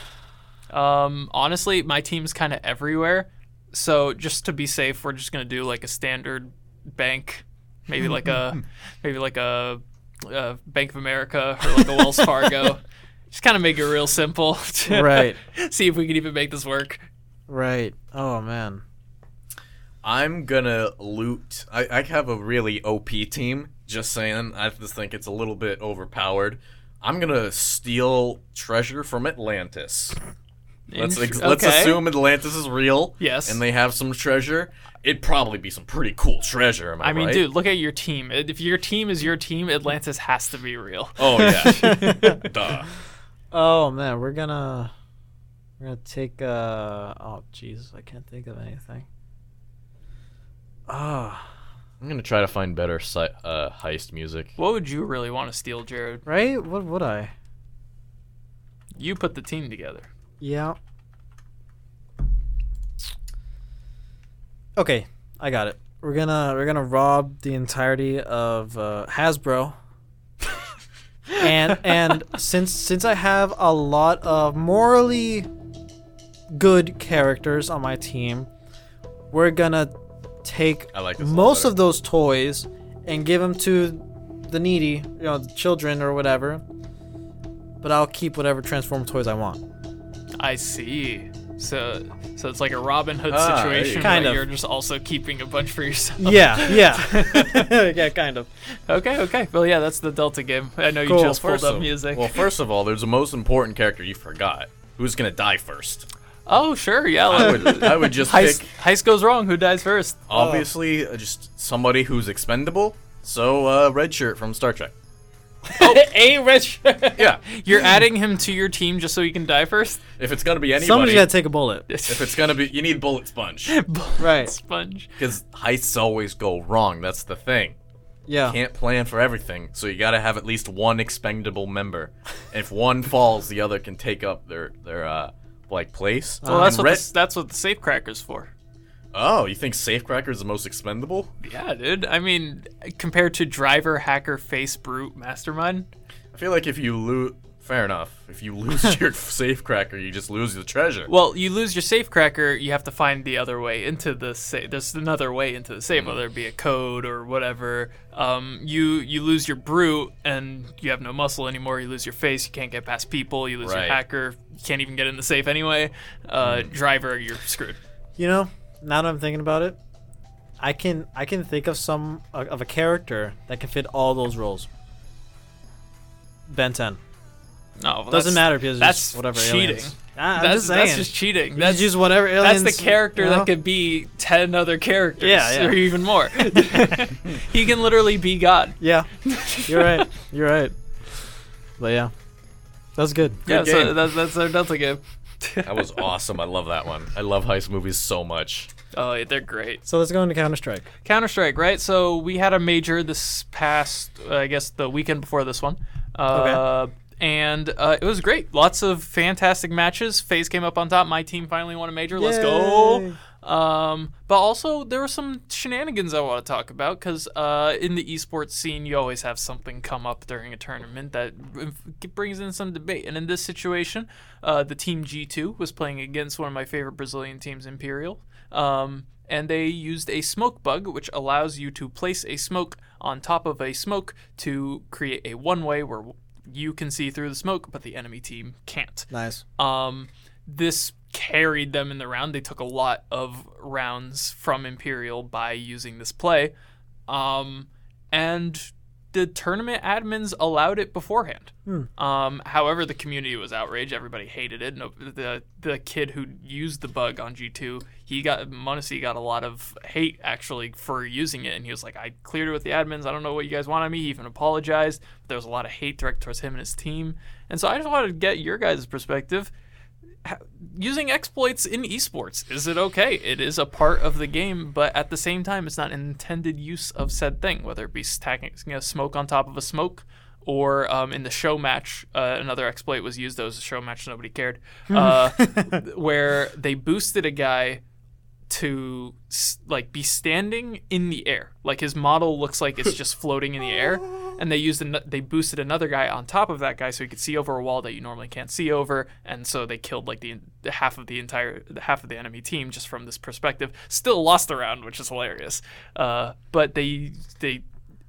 Um honestly, my team's kind of everywhere. So just to be safe, we're just going to do like a standard bank, maybe like a maybe like a, uh Bank of America or like a Wells Fargo. just kind of make it real simple. Right. See if we can even make this work. Right. Oh man. I'm gonna loot. I, I have a really OP team. Just saying, I just think it's a little bit overpowered. I'm gonna steal treasure from Atlantis. Let's Int- ex- let's okay. assume Atlantis is real. Yes. and they have some treasure. It'd probably be some pretty cool treasure. Am I, I mean, right? dude, look at your team. If your team is your team, Atlantis has to be real. Oh yeah. Duh. Oh man, we're gonna we're gonna take uh oh Jesus, I can't think of anything. Ah, I'm gonna try to find better si- uh, heist music. What would you really want to steal, Jared? right? What would I? You put the team together. Yeah. Okay, I got it. We're gonna we're gonna rob the entirety of uh, Hasbro. and and since since I have a lot of morally good characters on my team, we're gonna take I like this. a lot most better. of those toys and give them to the needy, you know, the children or whatever. But I'll keep whatever transform toys I want. I see. So, so it's like a Robin Hood Ah, there you situation, go. Kind but of. you're just also keeping a bunch for yourself. Yeah, yeah, yeah, kind of. Okay, okay. Well, yeah, that's the Delta game. I know Cool. you just pulled First up of- music. Well, first of all, there's the most important character you forgot. Who's gonna die first? oh, sure, yeah. I let- would, I would just Heist, pick heist goes wrong. Who dies first? obviously uh, just somebody who's expendable. So uh, red shirt from Star Trek. Oh, a rich. Yeah, You're adding him to your team just so he can die first. if it's gonna be anybody, Somebody's gotta take a bullet. if it's gonna be, you need bullet sponge Right. Sponge. because heists always go wrong. That's the thing. Yeah. Can't plan for everything, so you gotta have at least one expendable member. if one falls, the other can take up their their uh like place. Well, that's And what red- the, that's what the safecracker's for. Oh, you think Safecracker is the most expendable? Yeah, dude. I mean, compared to driver, hacker, face, brute, mastermind. I feel like if you lose, fair enough. If you lose your Safecracker, you just lose the treasure. Well, you lose your safecracker, you have to find the other way into the safe. There's another way into the safe, whether it be a code or whatever. Um, you you lose your brute and you have no muscle anymore. You lose your face, you can't get past people. You lose Right. your hacker, you can't even get in the safe anyway. Uh, Driver, you're screwed. You know, now that I'm thinking about it, I can I can think of some uh, of a character that can fit all those roles. Ben 10 No, well, doesn't that's- matter because that's it's whatever cheating. aliens. Ah, I'm That's just saying. that's just cheating. You That's just use whatever That's aliens. the character you know? that could be ten other characters, Yeah, yeah. or even more. he can literally be God. Yeah, you're right. You're right. But yeah, that's good. yeah, so game. that's, that's our Delta game. that was awesome. I love that one. I love heist movies so much. oh, yeah, they're great. So let's go into Counter Strike. Counter Strike, right? So we had a major this past, uh, I guess, the weekend before this one. Uh, And uh, it was great. Lots of fantastic matches. FaZe came up on top. My team finally won a major. Let's go. Um, but also, there were some shenanigans I want to talk about because uh, in the esports scene, you always have something come up during a tournament that b- brings in some debate. And in this situation, uh, the team G2 was playing against one of my favorite Brazilian teams, Imperial. Um, and they used a smoke bug, which allows you to place a smoke on top of a smoke to create a one way where you can see through the smoke, but the enemy team can't. Nice. Um, this carried them in the round. They took a lot of rounds from Imperial by using this play. Um, and the tournament admins allowed it beforehand. Um, however, the community was outraged. Everybody hated it. No, the the kid who used the bug on G two, he got Monacy got a lot of hate actually for using it, and he was like, "I cleared it with the admins. I don't know what you guys want of me." He even apologized. There was a lot of hate directed towards him and his team. And so I just wanted to get your guys' perspective using exploits in esports is it okay it is a part of the game but at the same time it's not an intended use of said thing whether it be stacking you know, smoke on top of a smoke or um, in the show match uh, another exploit was used though it was a show match nobody cared uh, where they boosted a guy to s- like be standing in the air. Like his model looks like it's just floating in the air. And they used an- they boosted another guy on top of that guy so he could see over a wall that you normally can't see over. And so they killed like the en- half of the entire half of the enemy team just from this perspective. Still lost the round, which is hilarious. Uh, but they they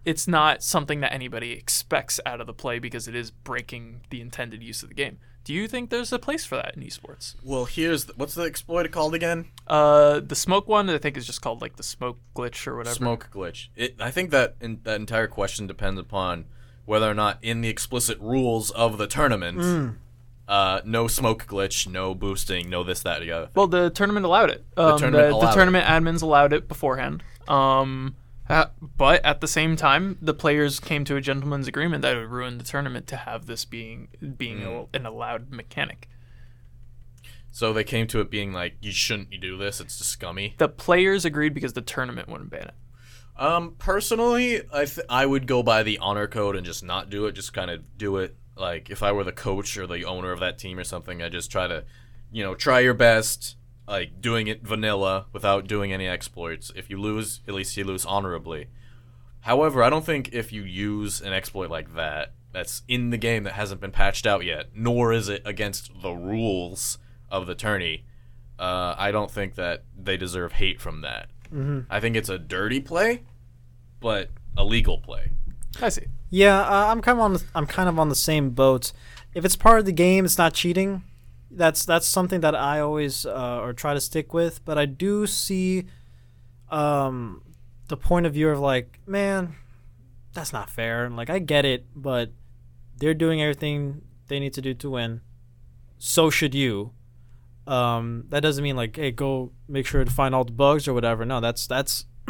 it's not something that anybody expects out of the play because it is breaking the intended use of the game. Do you think there's a place for that in esports? Well, here's the, what's the exploit called again? Uh, the smoke one I think is just called like the smoke glitch or whatever. Smoke glitch. It, I think that in, that entire question depends upon whether or not in the explicit rules of the tournament, uh, no smoke glitch, no boosting, no this that the other. Well, the tournament allowed it. Um, the tournament the, allowed tournament admins allowed it beforehand. Um, ha- but at the same time, the players came to a gentleman's agreement that it would ruin the tournament to have this being being a, an allowed mechanic. So they came to it being like, you shouldn't do this. It's just scummy. The players agreed because the tournament wouldn't ban it. Um, personally, I th- I would go by the honor code and just not do it. Just kind of do it like if I were the coach or the owner of that team or something. I just try to, you know, try your best, like doing it vanilla without doing any exploits. If you lose, at least you lose honorably. However, I don't think if you use an exploit like that that's in the game that hasn't been patched out yet, nor is it against the rules of the tourney. Uh, I don't think that they deserve hate from that. I think it's a dirty play, but a legal play. I see. Yeah, uh, I'm kind of on. The, I'm kind of on the same boat. If it's part of the game, it's not cheating. That's that's something that I always uh, or try to stick with. But I do see, um, the point of view of like, man, that's not fair. Like I get it, but they're doing everything they need to do to win. So should you. Um, that doesn't mean like, hey, go make sure to find all the bugs or whatever. No, that's that's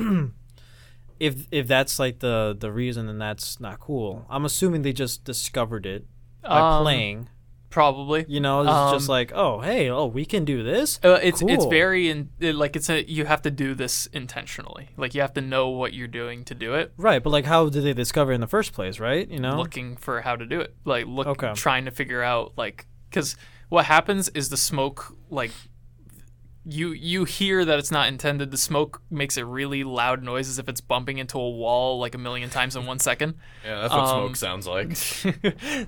if if that's like the the reason, then that's not cool. I'm assuming they just discovered it by Um, playing. Probably. You know, it's just um, like, oh, hey, oh, we can do this. Uh, it's it's Cool. very in, it- like it's a you have to do this intentionally. Like you have to know what you're doing to do it. Right, but like, how did they discover it in the first place? Right, you know. Looking for how to do it. Like look Okay. trying to figure out like cuz what happens is the smoke like you you hear that it's not intended. The smoke makes a really loud noise as if it's bumping into a wall like a million times in 1 second. Yeah, that's what Um, smoke sounds like.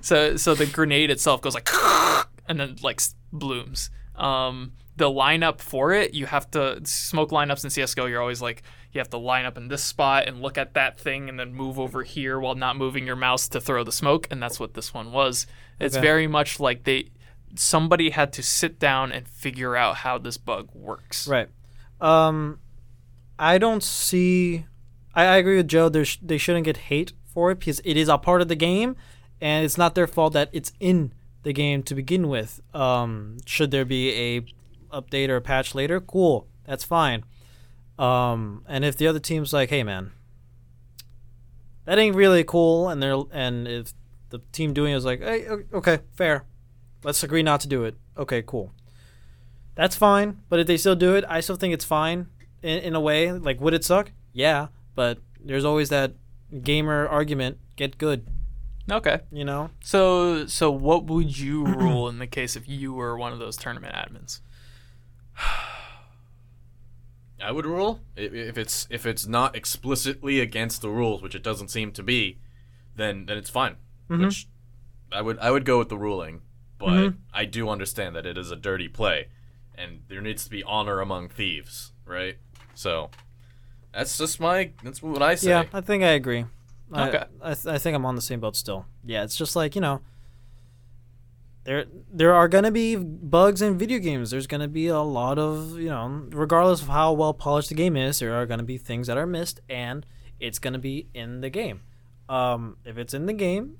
so so the grenade itself goes like and then like s- blooms. Um, the lineup for it, you have to smoke lineups in CS:GO. You're always like you have to line up in this spot and look at that thing and then move over here while not moving your mouse to throw the smoke. And that's what this one was. It's very much like they somebody had to sit down and figure out how this bug works. Right. Um, I don't see. I, I agree with Joe. There sh- they shouldn't get hate for it because it is a part of the game, and it's not their fault that it's in the game to begin with. Um, should there be a update or a patch later? Cool, that's fine. Um, and if the other team's like, "Hey, man, that ain't really cool," and they're and if the team doing it is like, "Hey, o- okay, fair, let's agree not to do it." Okay, cool that's fine. But if they still do it, I still think it's fine in, in a way. Like, would it suck? Yeah, but there's always that gamer argument: get good, Okay. you know. So so what would you rule in the case if you were one of those tournament admins? I would rule i- if it's if it's not explicitly against the rules, which it doesn't seem to be, then then it's fine. Which I would I would go with the ruling, but I do understand that it is a dirty play, and there needs to be honor among thieves, right? So that's just my that's what I say. Yeah, I think I agree. I- Okay. I, th- I think I'm on the same boat still. Yeah, it's just like you know. There, there are gonna be bugs in video games. There's gonna be a lot of you know, regardless of how well polished the game is, there are gonna be things that are missed, and it's gonna be in the game. Um, if it's in the game,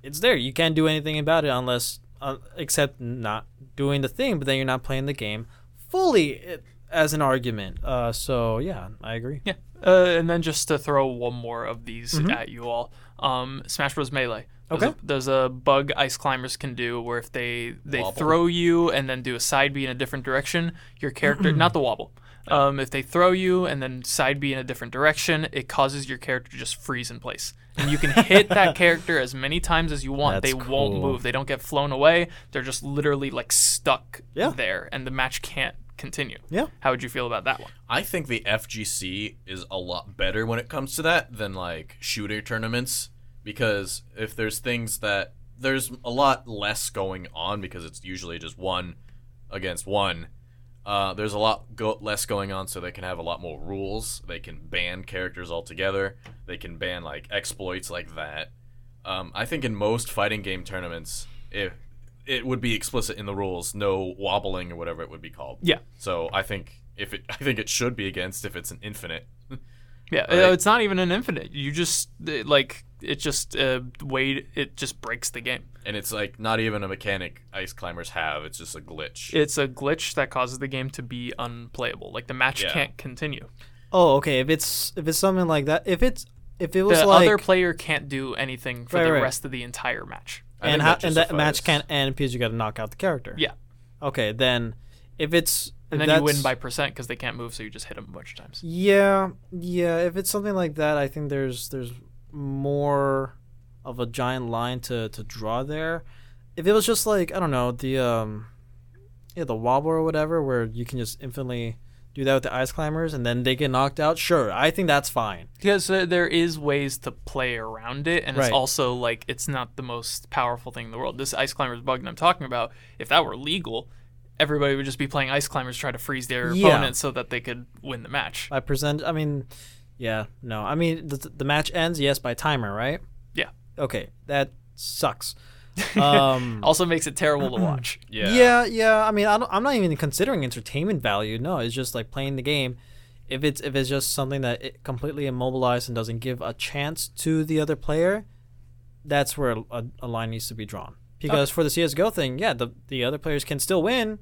it's there. You can't do anything about it unless, uh, except not doing the thing. But then you're not playing the game fully it, as an argument. Uh, so yeah, I agree. Yeah, uh, and then just to throw one more of these at you all, um, Smash Bros. Melee. There's Mm-hmm. Okay. A, there's a bug ice climbers can do where if they they Wobble. throw you and then do a side B in a different direction, your character Mm-hmm. not the wobble. Um, if they throw you and then side B in a different direction, it causes your character to just freeze in place. And you can hit that character as many times as you want. That's they won't cool. move. They don't get flown away. They're just literally like stuck Yeah. there, and the match can't continue. Yeah. How would you feel about that one? I think the FGC is a lot better when it comes to that than like shooter tournaments because if there's things that there's a lot less going on because it's usually just one against one. Uh, there's a lot go- less going on, so they can have a lot more rules. They can ban characters altogether. They can ban like exploits like that. Um, I think in most fighting game tournaments, if it would be explicit in the rules, no wobbling or whatever it would be called. Yeah. So I think if it, I think it should be against if it's an infinite. Yeah, uh, Right. it's not even an infinite. You just uh, like it just uh, wait. It just breaks the game. And it's like not even a mechanic ice climbers have. It's just a glitch. It's a glitch that causes the game to be unplayable. Like the match Yeah. can't continue. Oh, okay. If it's if it's something like that, if it's if it was The like other player can't do anything for Right, the right. rest of the entire match. I and think how, that and that match justifies- can't end because you got to knock out the character. Yeah, Okay, then if it's and then that's, you win by percent because they can't move, so you just hit them a bunch of times. yeah yeah. If it's something like that, I think there's there's more of a giant line to to draw there. If it was just like I don't know the um yeah the wobble or whatever where you can just infinitely do that with the ice climbers and then they get knocked out. Sure, I think that's fine. Because uh, there is ways to play around it, and Right. it's also like it's not the most powerful thing in the world. This ice climbers bug that I'm talking about, if that were legal, everybody would just be playing ice climbers, try to freeze their Yeah. opponent so that they could win the match. By percent, I mean, yeah, no, I mean the, the match ends yes by timer, right? Yeah. okay, that sucks. Um, also makes it terrible to watch. Yeah. Yeah, yeah. I mean, I don't, I'm not even considering entertainment value. No, it's just like playing the game. If it's if it's just something that it completely immobilized and doesn't give a chance to the other player, that's where a, a line needs to be drawn. Because for the CS:GO thing, yeah, the the other players can still win.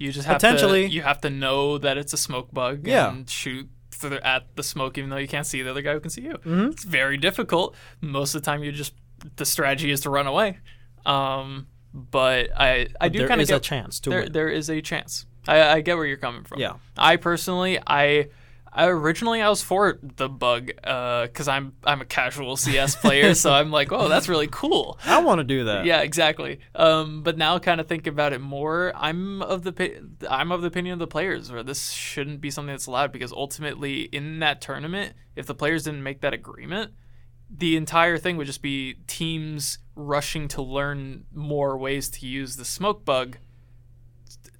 You just have Potentially. to you have to know that it's a smoke bug Yeah. and shoot through the- at the smoke even though you can't see the other guy who can see you. Mm-hmm. It's very difficult. Most of the time you just the strategy is to run away. Um, but I I do there kind of is get a chance to there win. there is a chance. I, I get where you're coming from. Yeah. I personally I I originally I was for the bug because I'm I'm a casual CS player, so I'm like, oh, that's really cool. I want to do that. Yeah, exactly. Um, but now, kind of think about it more. I'm of the pi- I'm of the opinion of the players where this shouldn't be something that's allowed because ultimately, in that tournament, if the players didn't make that agreement, the entire thing would just be teams rushing to learn more ways to use the smoke bug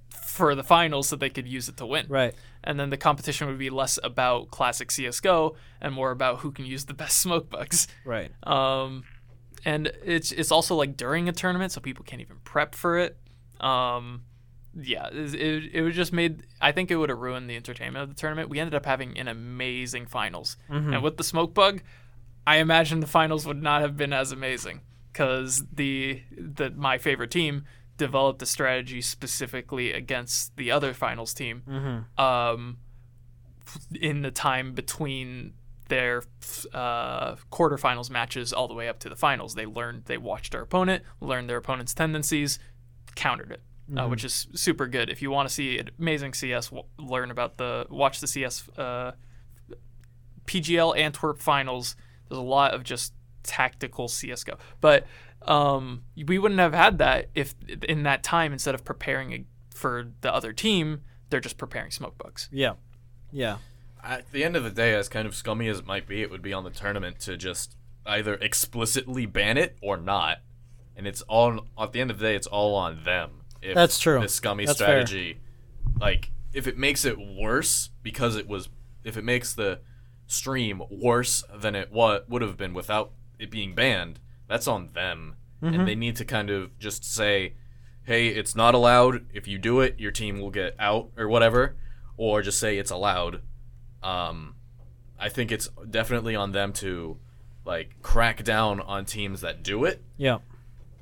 for the finals so they could use it to win Right. and then the competition would be less about classic CS:GO and more about who can use the best smoke bugs. Right. Um, and it's it's also like during a tournament, so people can't even prep for it. Um, yeah, it, it, it was just made. I think it would have ruined the entertainment of the tournament. We ended up having an amazing finals, and with the smoke bug, I imagine the finals would not have been as amazing because the the my favorite team developed a strategy specifically against the other finals team. Um, in the time between their uh, quarterfinals matches all the way up to the finals. They learned, they watched their opponent, learned their opponent's tendencies, countered it, uh, which is super good. If you want to see an amazing CS, w- learn about the, watch the CS uh, PGL Antwerp finals. There's a lot of just tactical CSGO. But um, we wouldn't have had that if in that time, instead of preparing a, for the other team, they're just preparing smoke bugs. Yeah. Yeah. At the end of the day, as kind of scummy as it might be, it would be on the tournament to just either explicitly ban it or not. And it's all at the end of the day, it's all on them. If That's true. The scummy That's fair. strategy, like if it makes it worse because it was, if it makes the stream worse than it what would have been without it being banned, that's on them, Mm-hmm. and they need to kind of just say, hey, it's not allowed. If you do it, your team will get out or whatever, or just say it's allowed. Um, I think it's definitely on them to like crack down on teams that do it Yeah.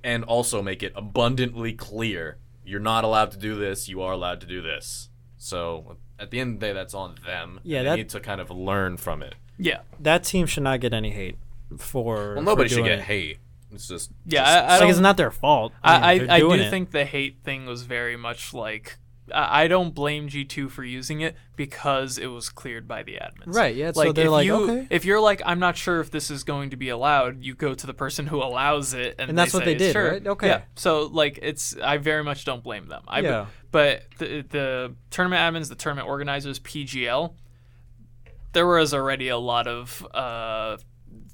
and also make it abundantly clear you're not allowed to do this, you are allowed to do this. So at the end of the day, that's on them. Yeah, they that- need to kind of learn from it. Yeah. That team should not get any hate for. Well, nobody for should doing get it. hate. It's just Yeah, just- I, I like don't- it's not their fault. I, mean, I, I they're do doing it. think the hate thing was very much like I I don't blame G2 for using it because it was cleared by the admins. Right, yeah, so they're if like, you, "Okay." If you're like, I'm not sure if this is going to be allowed, you go to the person who allows it, and, And that's what say they it's did, sure. right? Okay. Yeah. So like, it's I very much don't blame them. I, Yeah. But the, the tournament admins, the tournament organizers, PGL, there was already a lot of uh,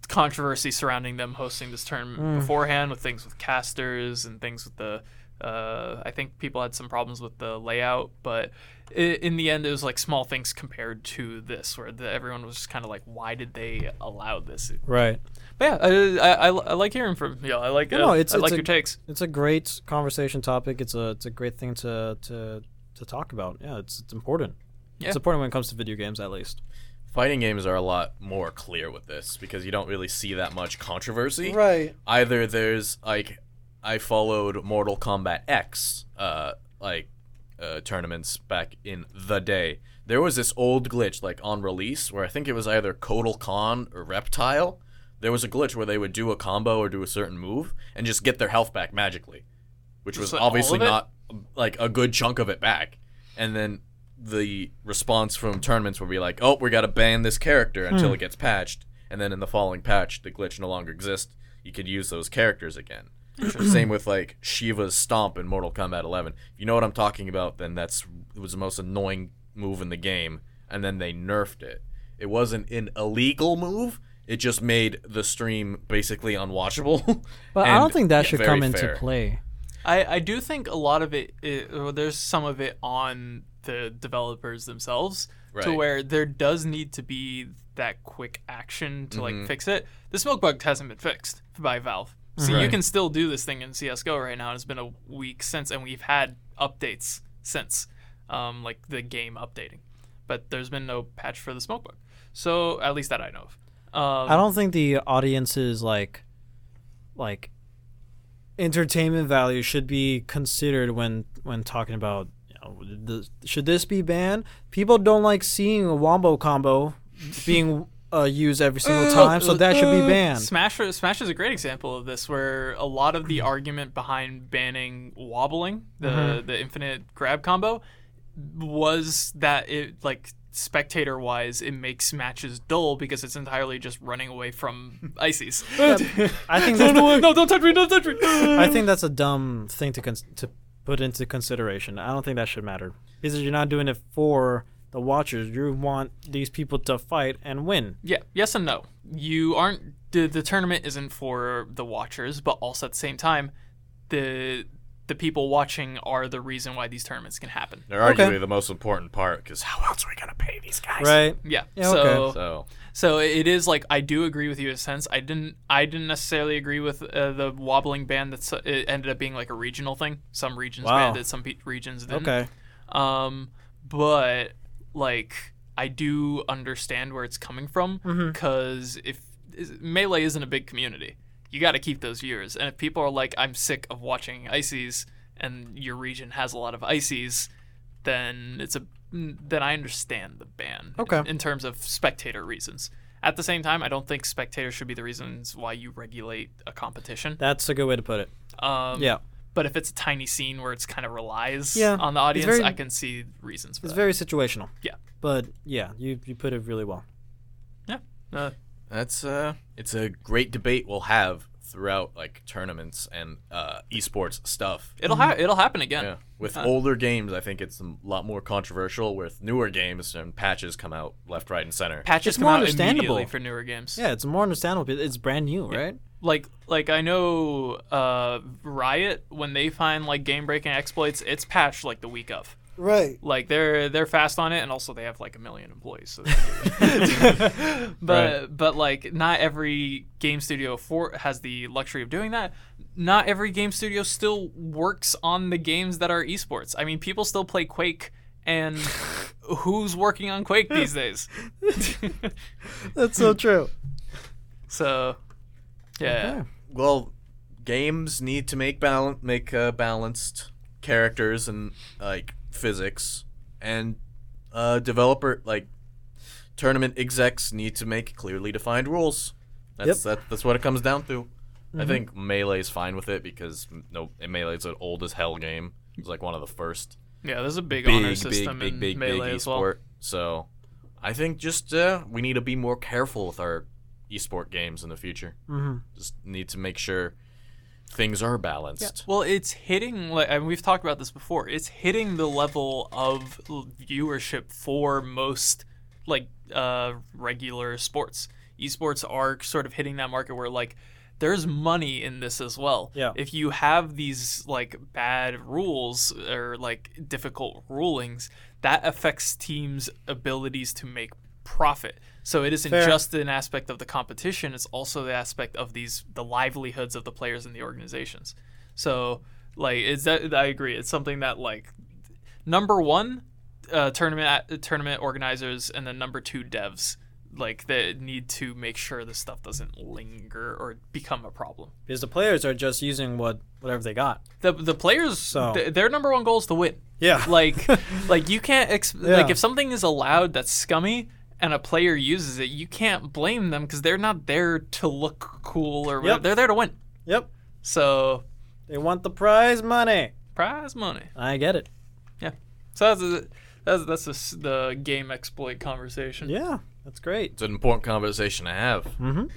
controversy surrounding them hosting this tournament beforehand with things with casters and things with the. Uh, I think people had some problems with the layout, but i in the end, it was like small things compared to this, where the, everyone was just kind of like, "Why did they allow this?" Right. But yeah, I, I, I like hearing from you. I like uh, No, it's- I like it's a- your takes. It's a great conversation topic. It's a it's a great thing to to to talk about. Yeah, it's it's important. Yeah. It's important when it comes to video games, at least. fighting games are a lot more clear with this because you don't really see that much controversy. Right. Either there's like I followed Mortal Kombat X uh like uh, tournaments back in the day. There was this old glitch like on release where I think it was either Kotal Khan or Reptile. There was a glitch where they would do a combo or do a certain move and just get their health back magically, which was like, all obviously of it? not like a good chunk of it back. And then the response from tournaments would be like, "Oh, we got to ban this character until Hmm. it gets patched." And then in the following patch, the glitch no longer exists. You could use those characters again. Same with like Shiva's stomp in Mortal Kombat 11. If you know what I'm talking about, then that's it was the most annoying move in the game, and then they nerfed it. It wasn't an illegal move. It just made the stream basically unwatchable. But I And, don't think that yeah, should very come into fair. play. I, I do think a lot of it, i- well, there's some of it on the developers themselves Right. to where there does need to be that quick action to Mm-hmm. like fix it. The smoke bug hasn't been fixed by Valve. So you Right. can still do this thing in CS:GO right now. It's been a week since, and we've had updates since, um, like the game updating. But there's been no patch for the smoke bug, so at least that I know of. Um, I don't think the audience's like, like, entertainment value should be considered when when talking about you know, the, should this be banned? People don't like seeing a wombo combo being uh, used every single time, so that should uh, be banned. Smash Smash is a great example of this, where a lot of the argument behind banning wobbling, the the infinite grab combo, was that it like spectator wise it makes matches dull because it's entirely just running away from ices. I think no, that's, no, no, don't touch me! Don't touch me! I think that's a dumb thing to cons- to put into consideration. I don't think that should matter because you're not doing it for the watchers. You want these people to fight and win. Yeah, yes and no. You aren't the, the tournament isn't for the watchers, but also at the same time, the the people watching are the reason why these tournaments can happen. They're arguably the most important part because how else are we gonna pay these guys? Right. Yeah. Yeah, so okay. So So it is like I do agree with you in a sense. I didn't I didn't necessarily agree with uh, the wobbling ban that's uh, it ended up being like a regional thing. Some regions Wow. banned it, some pe- regions didn't. Okay. Um, but like I do understand where it's coming from Mm-hmm. because if is, melee isn't a big community, you got to keep those viewers. And if people are like, I'm sick of watching ICs, and your region has a lot of ICs, then it's a then I understand the ban. Okay. In, in terms of spectator reasons. At the same time, I don't think spectators should be the reasons why you regulate a competition. That's a good way to put it. Um, Yeah. But if it's a tiny scene where it's kind of relies Yeah, on the it's audience, very- I can see reasons for It's that. very situational. Yeah. But yeah, you, you put it really well. Uh, that's uh, it's a great debate we'll have throughout like tournaments and uh, esports stuff. it'll ha- it'll happen again. Yeah. With older games, I think it's a lot more controversial. With newer games and patches come out left, right, and center. Patches It's come more out understandable. immediately for newer games. Yeah, it's more understandable. because It's brand new, right? Like like I know uh, Riot when they find like game breaking exploits, it's patched like the week of. Right. Like they're they're fast on it, and also they have like a million employees. So they can do it. but but like not every game studio for has the luxury of doing that. Not every game studio still works on the games that are esports. I mean, people still play Quake, and who's working on Quake these days? That's so true. so yeah, well, games need to make balance, make uh, balanced characters and like physics, and uh, developer like tournament execs need to make clearly defined rules. That's that, that's what it comes down to. I think Melee's fine with it because no, Melee's an old as hell game. It's like one of the first yeah. There's a big, big, honor big, system big, in big, big, melee as well. esport. So, I think just uh, we need to be more careful with our esport games in the future. Mm-hmm. Just need to make sure things are balanced. Well, it's hitting like and we've talked about this before. It's hitting the level of l- viewership for most like uh, regular sports. Esports are sort of hitting that market where like there's money in this as well. Yeah. If you have these like bad rules or like difficult rulings, that affects teams' abilities to make profit. So it isn't Fair. just an aspect of the competition, it's also the aspect of these the livelihoods of the players and the organizations. So like it's that I agree. It's something that like number one uh, tournament uh, tournament organizers and then number two devs like they need to make sure this stuff doesn't linger or become a problem. Because the players are just using what whatever they got. The the players So- th- their number one goal is to win. Yeah. Like like you can't ex- like Yeah. if something is allowed that's scummy and a player uses it, you can't blame them because they're not there to look cool or whatever. Yep. they're there to win. Yep. So They want the prize money. prize money. I get it. Yeah. So that's that's that's the s- the game exploit conversation. Yeah, that's great. It's an important conversation to have,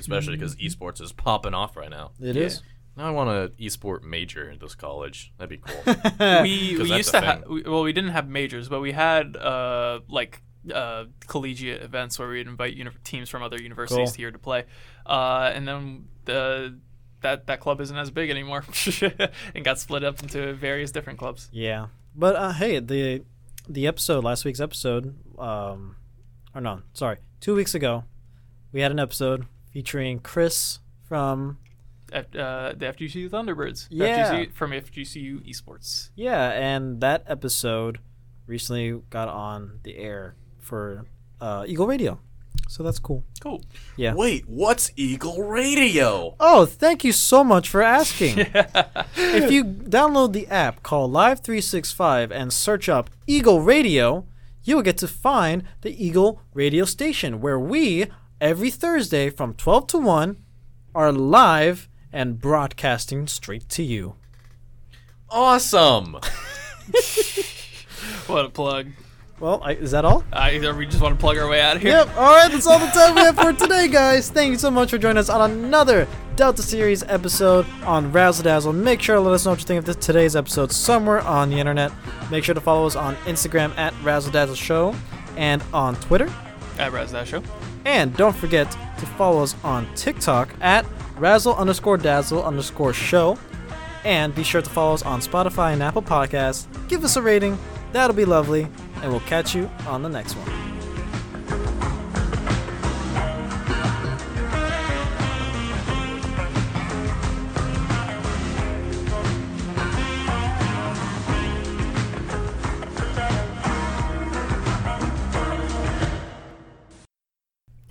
especially because esports is popping off right now. It Yeah. is. Now I want an esport major in this college. That'd be cool. We we 'Cause that's used a to have thing. well we didn't have majors but we had uh like uh collegiate events where we'd invite uni- teams from other universities Cool. here to play, uh and then the that that club isn't as big anymore and got split up into various different clubs. Yeah. But uh, hey, the the episode last week's episode um, or no, sorry, two weeks ago, we had an episode featuring Chris from F- uh, the FGCU Thunderbirds. Yeah. FGCU, from FGCU Esports. yeah, and that episode recently got on the air for uh, Eagle Radio, so that's cool. Cool. Yeah. Wait, what's Eagle Radio? Oh, thank you so much for asking. If you download the app called Live 365 and search up Eagle Radio, you will get to find the Eagle Radio station where we, every Thursday from 12 to 1, are live and broadcasting straight to you. Awesome. What a plug. Well, I, is that all? Uh, we just want to plug our way out of here. Yep. All right, that's all the time we have for today, guys. Thank you so much for joining us on another Delta Series episode on Razzle Dazzle. Make sure to let us know what you think of this, today's episode somewhere on the internet. Make sure to follow us on Instagram at Razzle Dazzle Show and on Twitter. At Raz That Show. And don't forget to follow us on TikTok at Razzle underscore Dazzle underscore Show. And be sure to follow us on Spotify and Apple Podcasts. Give us a rating. That'll be lovely. And we'll catch you on the next one.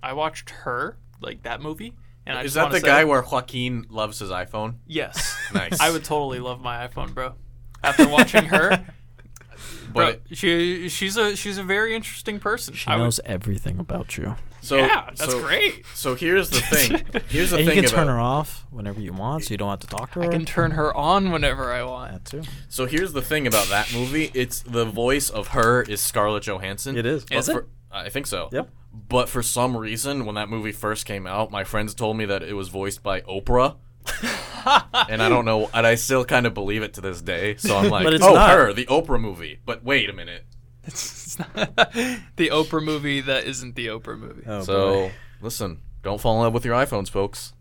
I watched her, like that movie. And I Is just that wanna the say- guy where Joaquin loves his iPhone? Yes. Nice. I would totally love my iPhone, bro. After watching her, bro, But she she's a she's a very interesting person. She I would- knows everything about you. so yeah, that's so- great. So here's the thing. Here's the And you thing can about turn her off whenever you want, so you don't have to talk to her. I can turn her on whenever I want. that too. So here's the thing about that movie. It's the voice of her is Scarlett Johansson. It is. But Is it? for- I think so. Yep. But for some reason, when that movie first came out, my friends told me that it was voiced by Oprah. and I don't know, and I still kind of believe it to this day. So I'm like, But it's oh, not. her, the Oprah movie. But wait a minute. It's not the Oprah movie that isn't the Oprah movie. Oh, so listen, don't fall in love with your iPhones, folks.